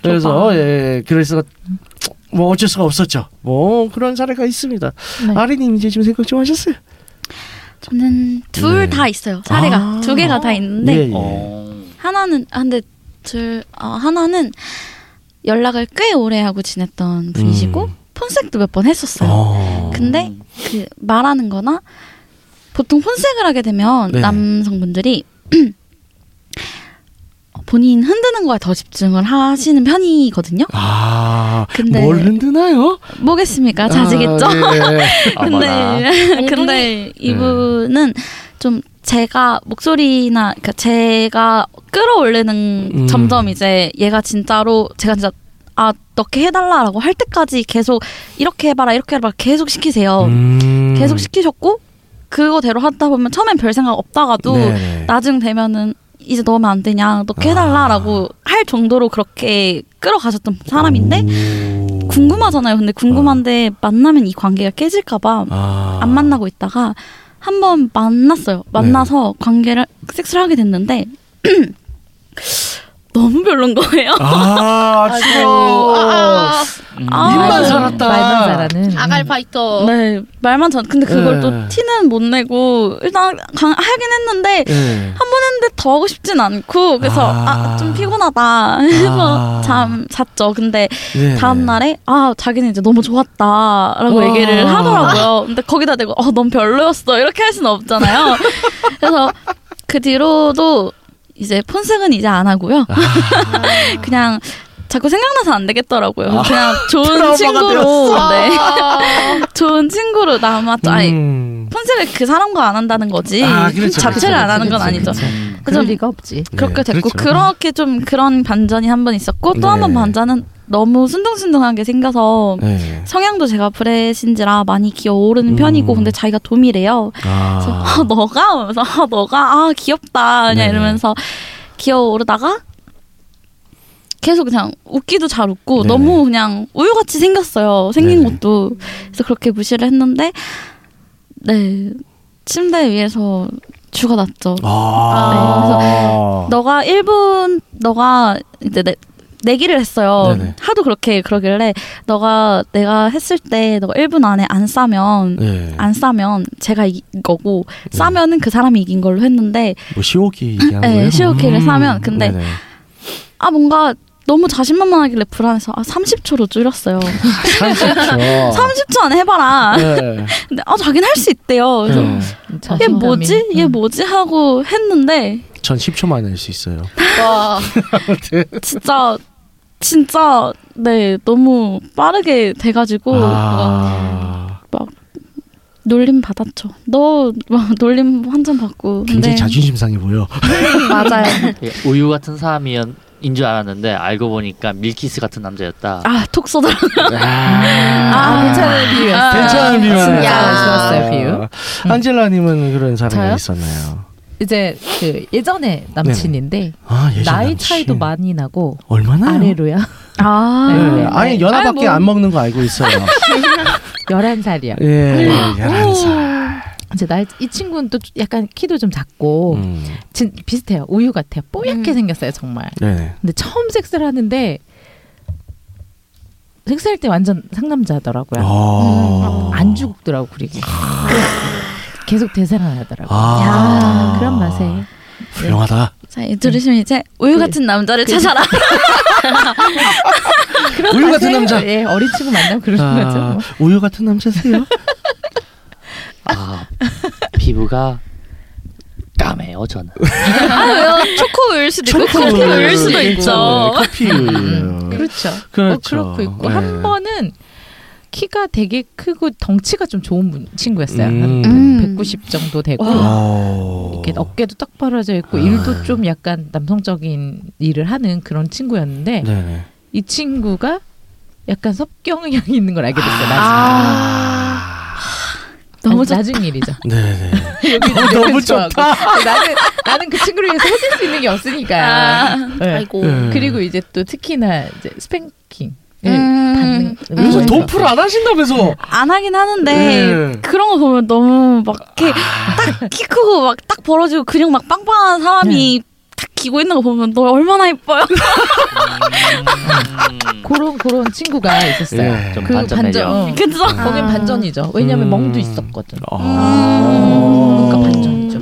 Speaker 6: 그래서 예 그래서 뭐 어쩔 수가 없었죠. 뭐 그런 사례가 있습니다.
Speaker 5: 네.
Speaker 6: 아리님 이제 지금 생각 좀 하셨어요?
Speaker 3: 저는 둘
Speaker 6: 네.
Speaker 3: 다 있어요. 사례가
Speaker 6: 아.
Speaker 3: 두 개가 다 있는데
Speaker 6: 예.
Speaker 2: 어.
Speaker 3: 하나는 아, 근데 둘 어, 하나는 연락을 꽤 오래 하고 지냈던 분이시고
Speaker 6: 음.
Speaker 3: 폰색도 몇 번 했었어요.
Speaker 6: 어.
Speaker 3: 근데
Speaker 2: 음.
Speaker 3: 그 말하는 거나 보통 혼색을 하게 되면
Speaker 6: 네.
Speaker 3: 남성분들이 *clears throat* 어, 본인 흔드는 거에 더 집중을 하시는 편이거든요.
Speaker 6: 아,
Speaker 3: 근데-
Speaker 6: 뭘 흔드나요?
Speaker 3: 뭐겠습니까? 자지겠죠? *laughs*
Speaker 6: 아, 네.
Speaker 2: 아마나.
Speaker 3: 근데 근데 이분은 좀 제가 목소리나 그러니까 제가 끌어올리는
Speaker 6: 음.
Speaker 3: 점점 이제 얘가 진짜로 제가 진짜 아 넣게 해달라라고 할 때까지 계속 이렇게 해봐라 이렇게 해봐라 계속 시키세요.
Speaker 6: 음.
Speaker 3: 어, 계속 시키셨고 그거대로 하다 보면 처음엔 별 생각 없다가도
Speaker 6: 네네. 아.
Speaker 3: 나중 되면은 이제 넣으면 안 되냐 넣게 해달라라고 할 정도로 그렇게 끌어가셨던 사람인데
Speaker 6: 오. 어.
Speaker 3: 궁금하잖아요 근데 궁금한데 만나면 이 관계가 깨질까봐
Speaker 6: 아.
Speaker 3: 안 만나고 있다가 한 번 만났어요 만나서
Speaker 6: 네.
Speaker 3: 관계를 섹스를 하게 됐는데 *clears throat* 너무 별론 거예요
Speaker 6: 아, 추워.
Speaker 2: 음.
Speaker 3: 아.
Speaker 6: 입만 살았다.
Speaker 5: 네. 말만
Speaker 6: 음.
Speaker 5: 잘하는.
Speaker 4: 아갈 파이터.
Speaker 3: 네 말만 전 근데 그걸
Speaker 6: 예.
Speaker 3: 또 티는 못 내고 일단 강, 하긴 했는데
Speaker 6: 예.
Speaker 3: 한 번 했는데 더 하고 싶진 않고 그래서
Speaker 6: 아.
Speaker 3: 아 좀 피곤하다 *laughs* 해서 잠 잤죠. 근데
Speaker 6: 네.
Speaker 3: 다음 날에 아 자기는 이제 너무 좋았다라고
Speaker 6: 와.
Speaker 3: 얘기를 하더라고요. 근데 거기다 대고 어 너무 별로였어 이렇게 할 수는
Speaker 6: *laughs*
Speaker 3: 없잖아요. 그래서
Speaker 6: 아.
Speaker 3: *laughs* 그 뒤로도 이제 폰색은 이제 안 하고요. 그냥 자꾸 생각나서 안 되겠더라고요.
Speaker 6: 아,
Speaker 3: 그냥 좋은
Speaker 6: 트라우마가
Speaker 3: 친구로,
Speaker 6: 되었어. 아.
Speaker 3: 네. *laughs* 좋은 친구로 남았죠. 아니,
Speaker 6: 음.
Speaker 3: 폰세를 그 사람과 안 한다는 거지.
Speaker 6: 아, 그렇죠,
Speaker 3: 자체를
Speaker 6: 그렇죠,
Speaker 3: 안 하는 건
Speaker 5: 그렇죠,
Speaker 3: 아니죠.
Speaker 5: 그렇죠.
Speaker 2: 음.
Speaker 3: 그래서
Speaker 5: 그럴 리가 없지.
Speaker 6: 네,
Speaker 3: 그렇게 됐고
Speaker 6: 그렇죠.
Speaker 3: 그렇게좀 그런 반전이 한 번 있었고 또
Speaker 6: 네.
Speaker 3: 한 번 반전은 너무 순둥순둥하게 생겨서
Speaker 6: 네.
Speaker 3: 성향도 제가 브레신지라 많이 기어오르는
Speaker 6: 음.
Speaker 3: 편이고 근데 자기가 도미래요. 그래서
Speaker 6: 아.
Speaker 3: 아, 너가 하면서 아, 너가 아 귀엽다 그냥
Speaker 6: 네.
Speaker 3: 이러면서 기어오르다가 계속 그냥 웃기도 잘 웃고
Speaker 6: 네네.
Speaker 3: 너무 그냥 우유같이 생겼어요 생긴
Speaker 6: 네네.
Speaker 3: 것도 그래서 그렇게 무시를 했는데 네 침대 위에서 죽어났죠.
Speaker 6: 아.
Speaker 3: 아, 네. 너가 1분 너가 이제 내, 내기를 했어요.
Speaker 6: 네네.
Speaker 3: 하도 그렇게 그러길래 너가 내가 했을 때 너가 1분 안에 안 싸면
Speaker 6: 네.
Speaker 3: 안 싸면 제가 이긴 거고 싸면은 그 사람이 이긴 걸로 했는데
Speaker 6: 뭐 시오키 얘기한
Speaker 3: 네,
Speaker 6: 거예요? 음.
Speaker 3: 시오키를 사면 근데
Speaker 6: 네네.
Speaker 3: 아 뭔가 너무 자신만만하길래 불안해서 아 30초로
Speaker 6: *laughs*
Speaker 3: 줄였어요. *laughs*
Speaker 6: 30초.
Speaker 3: 30초 안에 해봐라.
Speaker 6: 네.
Speaker 3: 근데 아 자기는 할 수 있대요. 그래서
Speaker 6: 네.
Speaker 3: 얘 뭐지? 얘 뭐지? 하고 했는데
Speaker 6: 전 10초 만에 할 수 있어요.
Speaker 3: 진짜 진짜 네 너무 빠르게 돼가지고
Speaker 6: 아.
Speaker 3: 놀림 받았죠. 너 막 *laughs* 놀림 한참 받고.
Speaker 5: 네.
Speaker 3: 근데
Speaker 6: 굉장히 자존심 상해 보여.
Speaker 3: *laughs* 맞아요.
Speaker 2: 예, 우유 같은 사람인 줄 알았는데 알고 보니까 밀키스 같은 남자였다.
Speaker 3: 아 톡 쏟아.
Speaker 5: 아, 괜찮은 비유였어요.
Speaker 6: 괜찮은 비유.
Speaker 5: 진짜 아, 좋았어요 비유.
Speaker 6: 아, 음. 안젤라님은 그런 사람이
Speaker 5: 저요?
Speaker 6: 있었나요?
Speaker 5: 이제 그 예전에 남친인데
Speaker 6: 아, 예전
Speaker 5: 나이
Speaker 6: 남친. 음.
Speaker 5: 차이도 많이 나고 *laughs*
Speaker 6: 얼마나?
Speaker 5: 아래로야.
Speaker 6: 네.
Speaker 3: 아.
Speaker 5: 네.
Speaker 6: 아니 연하밖에
Speaker 3: 아니, 뭐.
Speaker 6: 안 먹는 거 알고 있어요.
Speaker 5: *laughs* 11살이야.
Speaker 6: 예,
Speaker 5: 음.
Speaker 6: 11살.
Speaker 5: 이제 나이 이 친구는 또 약간 키도 좀 작고
Speaker 6: 음,
Speaker 5: 진, 비슷해요. 우유 같아요. 뽀얗게
Speaker 3: 음.
Speaker 5: 생겼어요, 정말.
Speaker 6: 네네.
Speaker 5: 근데 처음 섹스를 하는데 섹스할 때 완전 상남자더라고요.
Speaker 6: 아.
Speaker 5: 음. 안 죽더라고 그리고 계속 되살아나더라고.
Speaker 6: 아.
Speaker 5: 요 그런 맛에
Speaker 6: 훌륭하다.
Speaker 3: 자, 이 들으시면 이제 우유 같은 남자를 찾아라.
Speaker 5: 그런
Speaker 6: 우유 같은 남자.
Speaker 5: 예, 어린 친구 만나면 *laughs* 그런 거죠.
Speaker 6: 아,
Speaker 5: 뭐.
Speaker 6: 우유
Speaker 5: *laughs*
Speaker 6: 같은 남자세요?
Speaker 2: 아, 피부가 까매요 저는.
Speaker 3: *laughs*
Speaker 6: *laughs*
Speaker 2: 음.
Speaker 3: 아 왜요? 초코 우유일 수도 있고
Speaker 6: 초코
Speaker 3: 커피 우유일 수도
Speaker 6: 우유.
Speaker 3: 있죠.
Speaker 6: 네, 커피 우유.
Speaker 5: 그렇죠. 어,
Speaker 6: 그렇죠.
Speaker 5: 그렇고 있고
Speaker 6: 네.
Speaker 5: 한 번은 키가 되게 크고 덩치가 좀 좋은 분, 친구였어요.
Speaker 6: 음.
Speaker 3: 음.
Speaker 5: 한 190 정도 되고
Speaker 6: 오.
Speaker 5: 이렇게 어깨도 딱 벌어져 있고
Speaker 6: 아.
Speaker 5: 일도 좀 약간 남성적인 일을 하는 그런 친구였는데
Speaker 6: 네네.
Speaker 5: 이 친구가 약간 섭경향이 있는 걸 알게 됐어요. 나중에.
Speaker 6: 아.
Speaker 5: 너무 나중 일이죠.
Speaker 6: 네네.
Speaker 5: 여기
Speaker 6: 어, 너무
Speaker 5: 좋아하고.
Speaker 6: 좋다.
Speaker 5: 나는 나는 그 친구를 위해서 해줄 수 있는 게 없으니까.
Speaker 3: 아.
Speaker 5: 네.
Speaker 4: 아이고.
Speaker 6: 네.
Speaker 5: 그리고 이제 또 특히나 이제 스팽킹. 을
Speaker 3: 음.
Speaker 5: 받는
Speaker 6: 그래서
Speaker 5: 거에서
Speaker 6: 도프를 안 하신다면서.
Speaker 3: 안 하긴 하는데
Speaker 6: 네. 아.
Speaker 3: 그런 거 보면 너무 막 이렇게 딱 키 크고 막 딱 벌어지고 근육 막 빵빵한 사람이 딱 기고 있는 거 보면 너 얼마나 예뻐요.
Speaker 5: 그런 그런 친구가 있었어요.
Speaker 6: 예.
Speaker 2: 좀
Speaker 5: 그
Speaker 2: 반전 매력.
Speaker 5: 반전.
Speaker 3: *laughs* 그죠?
Speaker 5: 거긴 반전이죠. 왜냐면
Speaker 6: 음.
Speaker 5: 멍도 있었거든.
Speaker 3: 어.
Speaker 6: 아.
Speaker 5: 그러니까 반전이죠.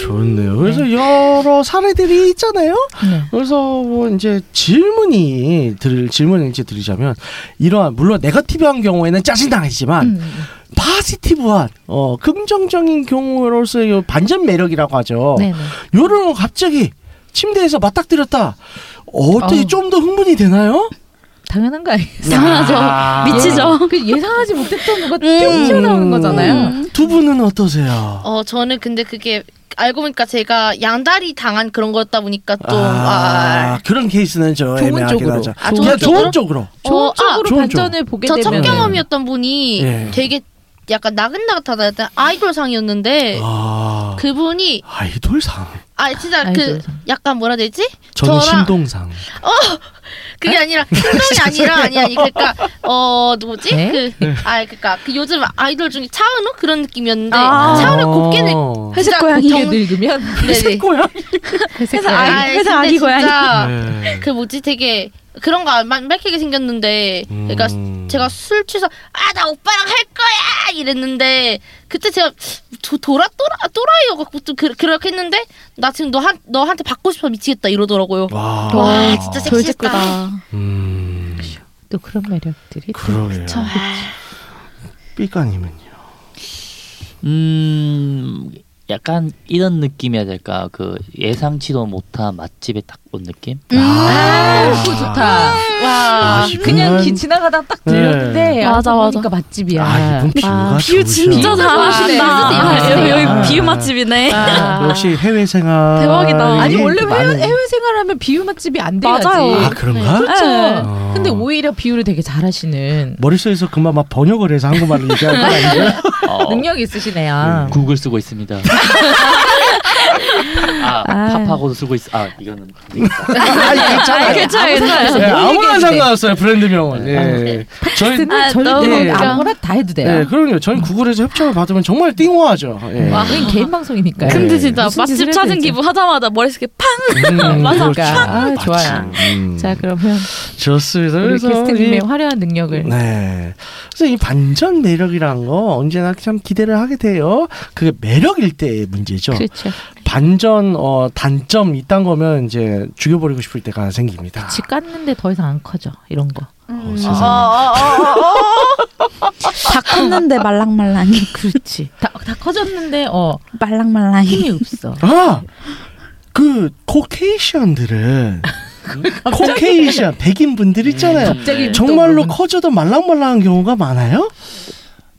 Speaker 6: 좋네요. 그래서 여러 사례들이 있잖아요.
Speaker 5: 네.
Speaker 6: 그래서 뭐 이제 질문이 드릴 질문을 이제 드리자면 이러한 물론 네거티브한 경우에는 짜증나겠지만
Speaker 5: 음.
Speaker 6: 파지티브한 어 긍정적인 경우로서의 요 반전 매력이라고 하죠.
Speaker 5: 네네.
Speaker 6: 요런 거 갑자기 침대에서 맞닥뜨렸다. 어떻게
Speaker 5: 어.
Speaker 6: 좀 더 흥분이 되나요?
Speaker 5: 당연한 거 아니에요?
Speaker 6: 아.
Speaker 3: 당연하죠. 미치죠.
Speaker 5: 그 예상하지 못했던 뭐가
Speaker 6: 음.
Speaker 5: 쭉 튀어나오는
Speaker 4: 음.
Speaker 5: 거잖아요.
Speaker 6: 두 분은 어떠세요?
Speaker 4: 어 저는 근데 그게 알고 보니까 제가 양다리 당한 그런 거였다 보니까 좀 아.
Speaker 6: 아, 그런 케이스는 좀
Speaker 5: 좋은
Speaker 6: 애매하긴
Speaker 5: 쪽으로.
Speaker 6: 하죠.
Speaker 5: 아,
Speaker 6: 좋은
Speaker 5: 좋은
Speaker 6: 그냥 좋은
Speaker 4: 쪽으로?
Speaker 6: 쪽으로.
Speaker 5: 좋은
Speaker 4: 어, 아,
Speaker 5: 쪽으로
Speaker 6: 좋은
Speaker 5: 반전을 보게
Speaker 4: 저
Speaker 5: 되면
Speaker 4: 첫 경험이었던 분이
Speaker 6: 예.
Speaker 4: 되게 약간 나긋나긋하다 약간 아이돌상이었는데
Speaker 6: 아,
Speaker 4: 그분이
Speaker 6: 아이돌상.
Speaker 4: 아 진짜 그
Speaker 5: 아이돌상.
Speaker 4: 약간 뭐라 해야 되지?
Speaker 6: 저는
Speaker 4: 저랑-
Speaker 6: 신동상.
Speaker 4: 그게 아니라 신동이 아니라 아니 아니 그러니까 어 누구지?
Speaker 5: 네?
Speaker 4: 그아 그러니까 그 요즘 아이돌 중에 차은우 그런 느낌이었는데
Speaker 3: 아.
Speaker 6: 어.
Speaker 4: 차은우 곱게 느
Speaker 6: 네.
Speaker 3: 회색
Speaker 4: 진짜
Speaker 3: 고양이.
Speaker 5: 이게
Speaker 4: 정-
Speaker 5: 늙으면
Speaker 4: 네네.
Speaker 5: *laughs* 회색
Speaker 3: 회사 아이.
Speaker 5: 고양이.
Speaker 3: 회사 아기 고양이.
Speaker 4: 진짜
Speaker 6: 네.
Speaker 4: 그 뭐지 되게 그런 거 안 밝히게 생겼는데 그러니까
Speaker 6: 음.
Speaker 4: 제가 술 취해서 아 나 오빠랑 할 거야 이랬는데 그때 제가 도, 돌아 또라 또라이여갖고 좀 그, 그렇게 했는데 나 지금 너한 너한테 받고 싶어 미치겠다 이러더라고요.
Speaker 6: 와,
Speaker 4: 와, 진짜
Speaker 3: 예.
Speaker 4: 섹-
Speaker 3: 돌직구다.
Speaker 6: 음,
Speaker 5: 또 그런 매력들이.
Speaker 6: 그러게요.
Speaker 4: 아,
Speaker 6: 삐까님은요.
Speaker 2: 음 약간 이런 느낌이야 될까 그 예상치도 못한 맛집에 딱 온 느낌?
Speaker 6: 음.
Speaker 5: 아, 그거 좋다. 와,
Speaker 6: 아, 이분은-
Speaker 5: 그냥 기 지나가다 딱 들렸는데
Speaker 2: 네.
Speaker 5: 알고
Speaker 3: 맞아, 맞아.
Speaker 5: 보니까 맛집이야.
Speaker 6: 아 이분 비유가
Speaker 3: 비유
Speaker 6: 좋으셔.
Speaker 3: 진짜
Speaker 5: 잘하시네.
Speaker 3: 잘하신다.
Speaker 5: 아,
Speaker 3: 여기,
Speaker 6: 아.
Speaker 3: 여기 비유 맛집이네.
Speaker 5: 아.
Speaker 6: 역시 해외 생활
Speaker 3: 대박이다.
Speaker 5: 아니 원래 해외, 해외 생활하면 비유 맛집이 안 돼야지.
Speaker 3: 맞아요.
Speaker 6: 아 그런가?
Speaker 5: 그렇죠.
Speaker 6: 어.
Speaker 5: 근데 오히려 비유를 되게 잘하시는
Speaker 6: 머릿속에서 그만 막 번역을 해서 한국말로 얘기하는 거
Speaker 5: *laughs*
Speaker 6: 아니에요?
Speaker 2: 어,
Speaker 5: 능력 아. *laughs* 있으시네요.
Speaker 2: 구글 쓰고 있습니다. 아, 팝하고도 쓰고 있어. 아 이거는 안 되겠다.
Speaker 6: 그, 아니 괜찮아요.
Speaker 3: 괜찮아요,
Speaker 6: 예,
Speaker 3: 괜찮아요.
Speaker 6: 아무나 상관없어요 브랜드 명은. 예. 저희
Speaker 5: 근데
Speaker 3: 아,
Speaker 5: 저는
Speaker 3: 너무
Speaker 5: 그냥
Speaker 6: 웃겨.
Speaker 5: 아, 네. 아무거나 다 해도 돼요.
Speaker 6: 예, 그럼요. 저희 구글에서 협찬을 받으면 정말 띵호하죠. 예.
Speaker 5: 와, 우린 개인 방송이니까요.
Speaker 6: 근데
Speaker 5: 네.
Speaker 3: 진짜
Speaker 5: 무슨 짓을
Speaker 3: 맛집
Speaker 5: 해도
Speaker 3: 찾은
Speaker 5: 되죠.
Speaker 3: 기부 하자마자 머릿속에 팍!
Speaker 5: *laughs*
Speaker 6: 음,
Speaker 5: 맞아.
Speaker 6: 그렇죠.
Speaker 5: 아,
Speaker 6: 맞지.
Speaker 5: 좋아요.
Speaker 6: 음.
Speaker 5: 자, 그러면
Speaker 6: 좋습니다.
Speaker 5: 우리
Speaker 6: 그래서
Speaker 5: 캐스트님의
Speaker 6: 이-
Speaker 5: 화려한 능력을
Speaker 6: 네. 그래서 이 반전 매력이란 거 언제나 참 기대를 하게 돼요. 그게 매력일 때의 문제죠.
Speaker 5: 그렇죠.
Speaker 6: 반전 어 단점 이딴 거면 이제 죽여버리고 싶을 때가 생깁니다.
Speaker 5: 집 깠는데 더 이상 안 커져 이런 거.
Speaker 4: 음.
Speaker 6: 어, 세상에.
Speaker 3: 다 컸는데 말랑말랑이.
Speaker 5: 그렇지. 다, 다 커졌는데 어
Speaker 3: 말랑말랑이.
Speaker 5: 힘이 없어.
Speaker 6: 아! 그 코케이션들은 코케이션 백인 분들 있잖아요.
Speaker 5: 갑자기
Speaker 6: 정말로 커져도 말랑말랑한 경우가 많아요?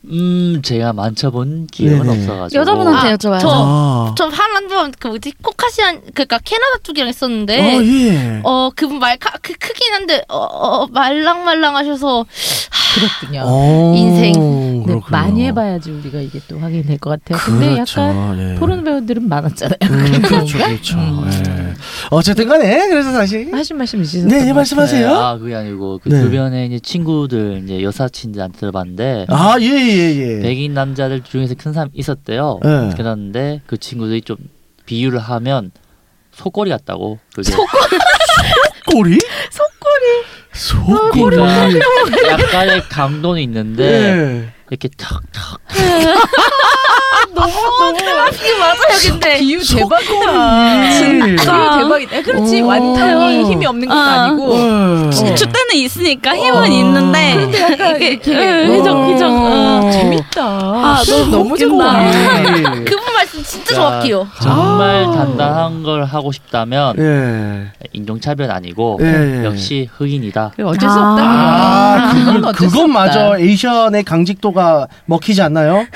Speaker 2: 음 제가 만져본 기억은
Speaker 6: 네네.
Speaker 2: 없어가지고
Speaker 3: 여자분한테
Speaker 4: 아,
Speaker 3: 여쭤봐요.
Speaker 4: 저-
Speaker 6: 아.
Speaker 4: 저 한번 그 뭐지 코카시안 그러니까 캐나다 쪽이랑 있었는데
Speaker 6: 어, 예.
Speaker 4: 네. 어 그분 말카 그 크긴 한데 어, 어 말랑말랑하셔서
Speaker 5: 그렇군요.
Speaker 6: 어,
Speaker 4: 인생.
Speaker 5: 네,
Speaker 6: 그렇군요.
Speaker 5: 많이 해봐야지 우리가 이게 또 확인이 될 것 같아요. 근데
Speaker 6: 그렇죠.
Speaker 5: 약간
Speaker 6: 예.
Speaker 5: 포르노 배우들은 많았잖아요. *laughs*
Speaker 6: 음, 그렇죠, 그렇죠. 예. 어쨌든 간에, 그래서 다시.
Speaker 5: 하신 말씀 있으셨던
Speaker 6: 네,
Speaker 5: 아, 것
Speaker 6: 예,
Speaker 5: 같아요.
Speaker 2: 네,
Speaker 6: 말씀하세요.
Speaker 2: 아 그게 아니고 그
Speaker 6: 네.
Speaker 2: 주변에 이제 친구들 이제 여사친들한테 들어봤는데
Speaker 6: 아, 예, 예, 예.
Speaker 2: 백인 남자들 중에서 큰 사람 있었대요.
Speaker 6: 네.
Speaker 2: 그런데 그 친구들이 좀 비유를 하면 속꼬리 같다고. 그게
Speaker 6: 꼬리?
Speaker 5: 아,
Speaker 6: 속꼬리.
Speaker 2: 그러니까 약간의 강도는 있는데
Speaker 6: 예.
Speaker 2: 이렇게 턱턱
Speaker 5: 비유
Speaker 6: 아, 예.
Speaker 5: 대박이다.
Speaker 3: 진짜.
Speaker 5: 비유 대박이다. 네, 그렇지
Speaker 6: 오.
Speaker 5: 완타의 힘이 없는 것도
Speaker 3: 어.
Speaker 5: 아니고
Speaker 6: 어.
Speaker 3: 주대는 있으니까 힘은 있는데.
Speaker 5: 약간 이렇게
Speaker 6: 어.
Speaker 3: 응, 희적희적. 어.
Speaker 5: 재밌다.
Speaker 3: 아, 너무 웃긴다.
Speaker 6: 예.
Speaker 4: 그분 말씀 진짜 정확해요.
Speaker 2: 정말
Speaker 6: 아.
Speaker 2: 단단한 걸 하고 싶다면
Speaker 6: 예.
Speaker 2: 인종차별 아니고
Speaker 6: 예.
Speaker 2: 역시 흑인이다.
Speaker 5: 그 어쩔 수
Speaker 3: 아.
Speaker 5: 없다.
Speaker 6: 아,
Speaker 5: 그건
Speaker 6: 그,
Speaker 5: 어쩔 수
Speaker 6: 그건
Speaker 5: 없다.
Speaker 6: 맞아. 에이션의 강직도가 먹히지 않나요?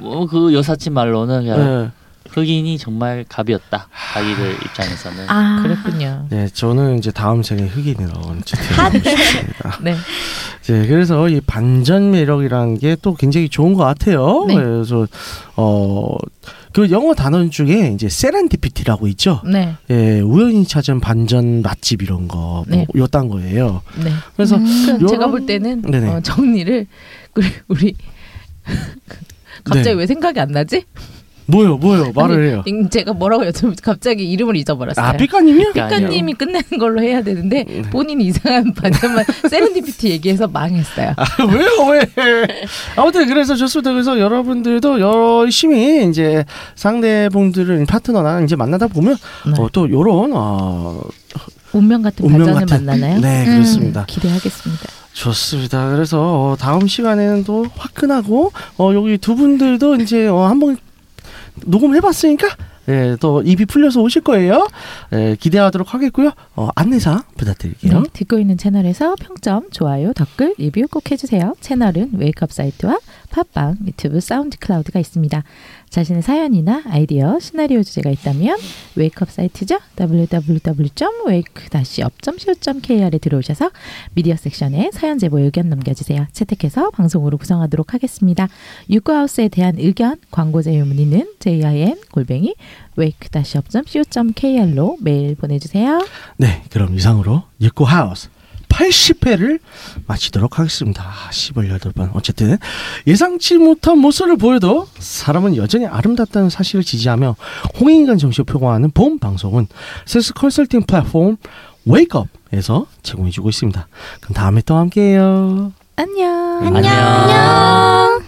Speaker 2: 뭐 그 여사친 말로는 그냥
Speaker 6: 예.
Speaker 2: 흑인이 정말 갑이었다. 자기들 입장에서는.
Speaker 3: 아,
Speaker 5: 그랬군요.
Speaker 6: 네, 저는 이제 다음 생에 흑인이라고 이제 태어났습니다.
Speaker 5: 네.
Speaker 6: 네, 그래서 이 반전 매력이라는 게 또 굉장히 좋은 것 같아요.
Speaker 5: 네.
Speaker 6: 그래서 어, 어그 영어 단어 중에 이제 세렌디피티라고 있죠.
Speaker 5: 네.
Speaker 6: 예, 우연히 찾은 반전 맛집 이런 거, 뭐
Speaker 5: 네.
Speaker 6: 요딴 거예요.
Speaker 5: 네.
Speaker 6: 그래서
Speaker 5: 그러니까
Speaker 6: 요런-
Speaker 5: 제가 볼 때는
Speaker 6: 네네.
Speaker 5: 어, 정리를 우리, 우리 *laughs* 갑자기
Speaker 6: 네.
Speaker 5: 왜 생각이 안 나지?
Speaker 6: 뭐요, 뭐요, 말을
Speaker 5: 아니,
Speaker 6: 해요.
Speaker 5: 인- 제가 뭐라고 여쭤 갑자기 이름을 잊어버렸어요. 네.
Speaker 6: 아, 피카님이요? 네.
Speaker 5: 작가님이 끝내는 걸로 해야 되는데 본인 이상한
Speaker 6: *laughs*
Speaker 5: 반전만 세렌디피티 얘기해서 망했어요.
Speaker 6: 아, 왜요 왜? 아무튼 그래서 좋습니다. 그래서 여러분들도 열심히 이제 상대분들을 파트너나 이제 만나다 보면
Speaker 5: 네.
Speaker 6: 어, 또 요런 어,
Speaker 5: 운명 같은
Speaker 6: 운명
Speaker 5: 반전을
Speaker 6: 같은
Speaker 5: 만나나요? 음.
Speaker 6: 네 그렇습니다.
Speaker 5: 기대하겠습니다.
Speaker 6: 좋습니다. 그래서 어, 다음 시간에는 또 화끈하고 어, 여기 두 분들도 이제 어, 한번 녹음해봤으니까 예, 또 입이 풀려서 오실 거예요. 예, 기대하도록 하겠고요. 어, 안내사 부탁드릴게요.
Speaker 5: 네, 듣고 있는 채널에서 평점, 좋아요, 댓글, 리뷰 꼭 해주세요. 채널은 웨이크업 사이트와 팟빵, 유튜브, 사운드 클라우드가 있습니다. 자신의 사연이나 아이디어, 시나리오 주제가 있다면 웨이크업 사이트죠. www.wake-up.co.kr에 들어오셔서 미디어 섹션에 사연 제보 의견 남겨주세요. 채택해서 방송으로 구성하도록 하겠습니다. 유쿠하우스에 대한 의견, 광고 제휴 문의는 jim-골뱅이 wake-up.co.kr로 메일 보내주세요.
Speaker 6: 네, 그럼 이상으로 육구 하우스 80회를 마치도록 하겠습니다. 아, 18번. 어쨌든 예상치 못한 모습을 보여도 사람은 여전히 아름답다는 사실을 지지하며 홍익인간 정신을 표방하는 본 방송은 세스 컨설팅 플랫폼 웨이크업에서 제공해주고 있습니다. 그럼 다음에 또 함께해요.
Speaker 5: 안녕.
Speaker 2: 안녕.
Speaker 4: 안녕.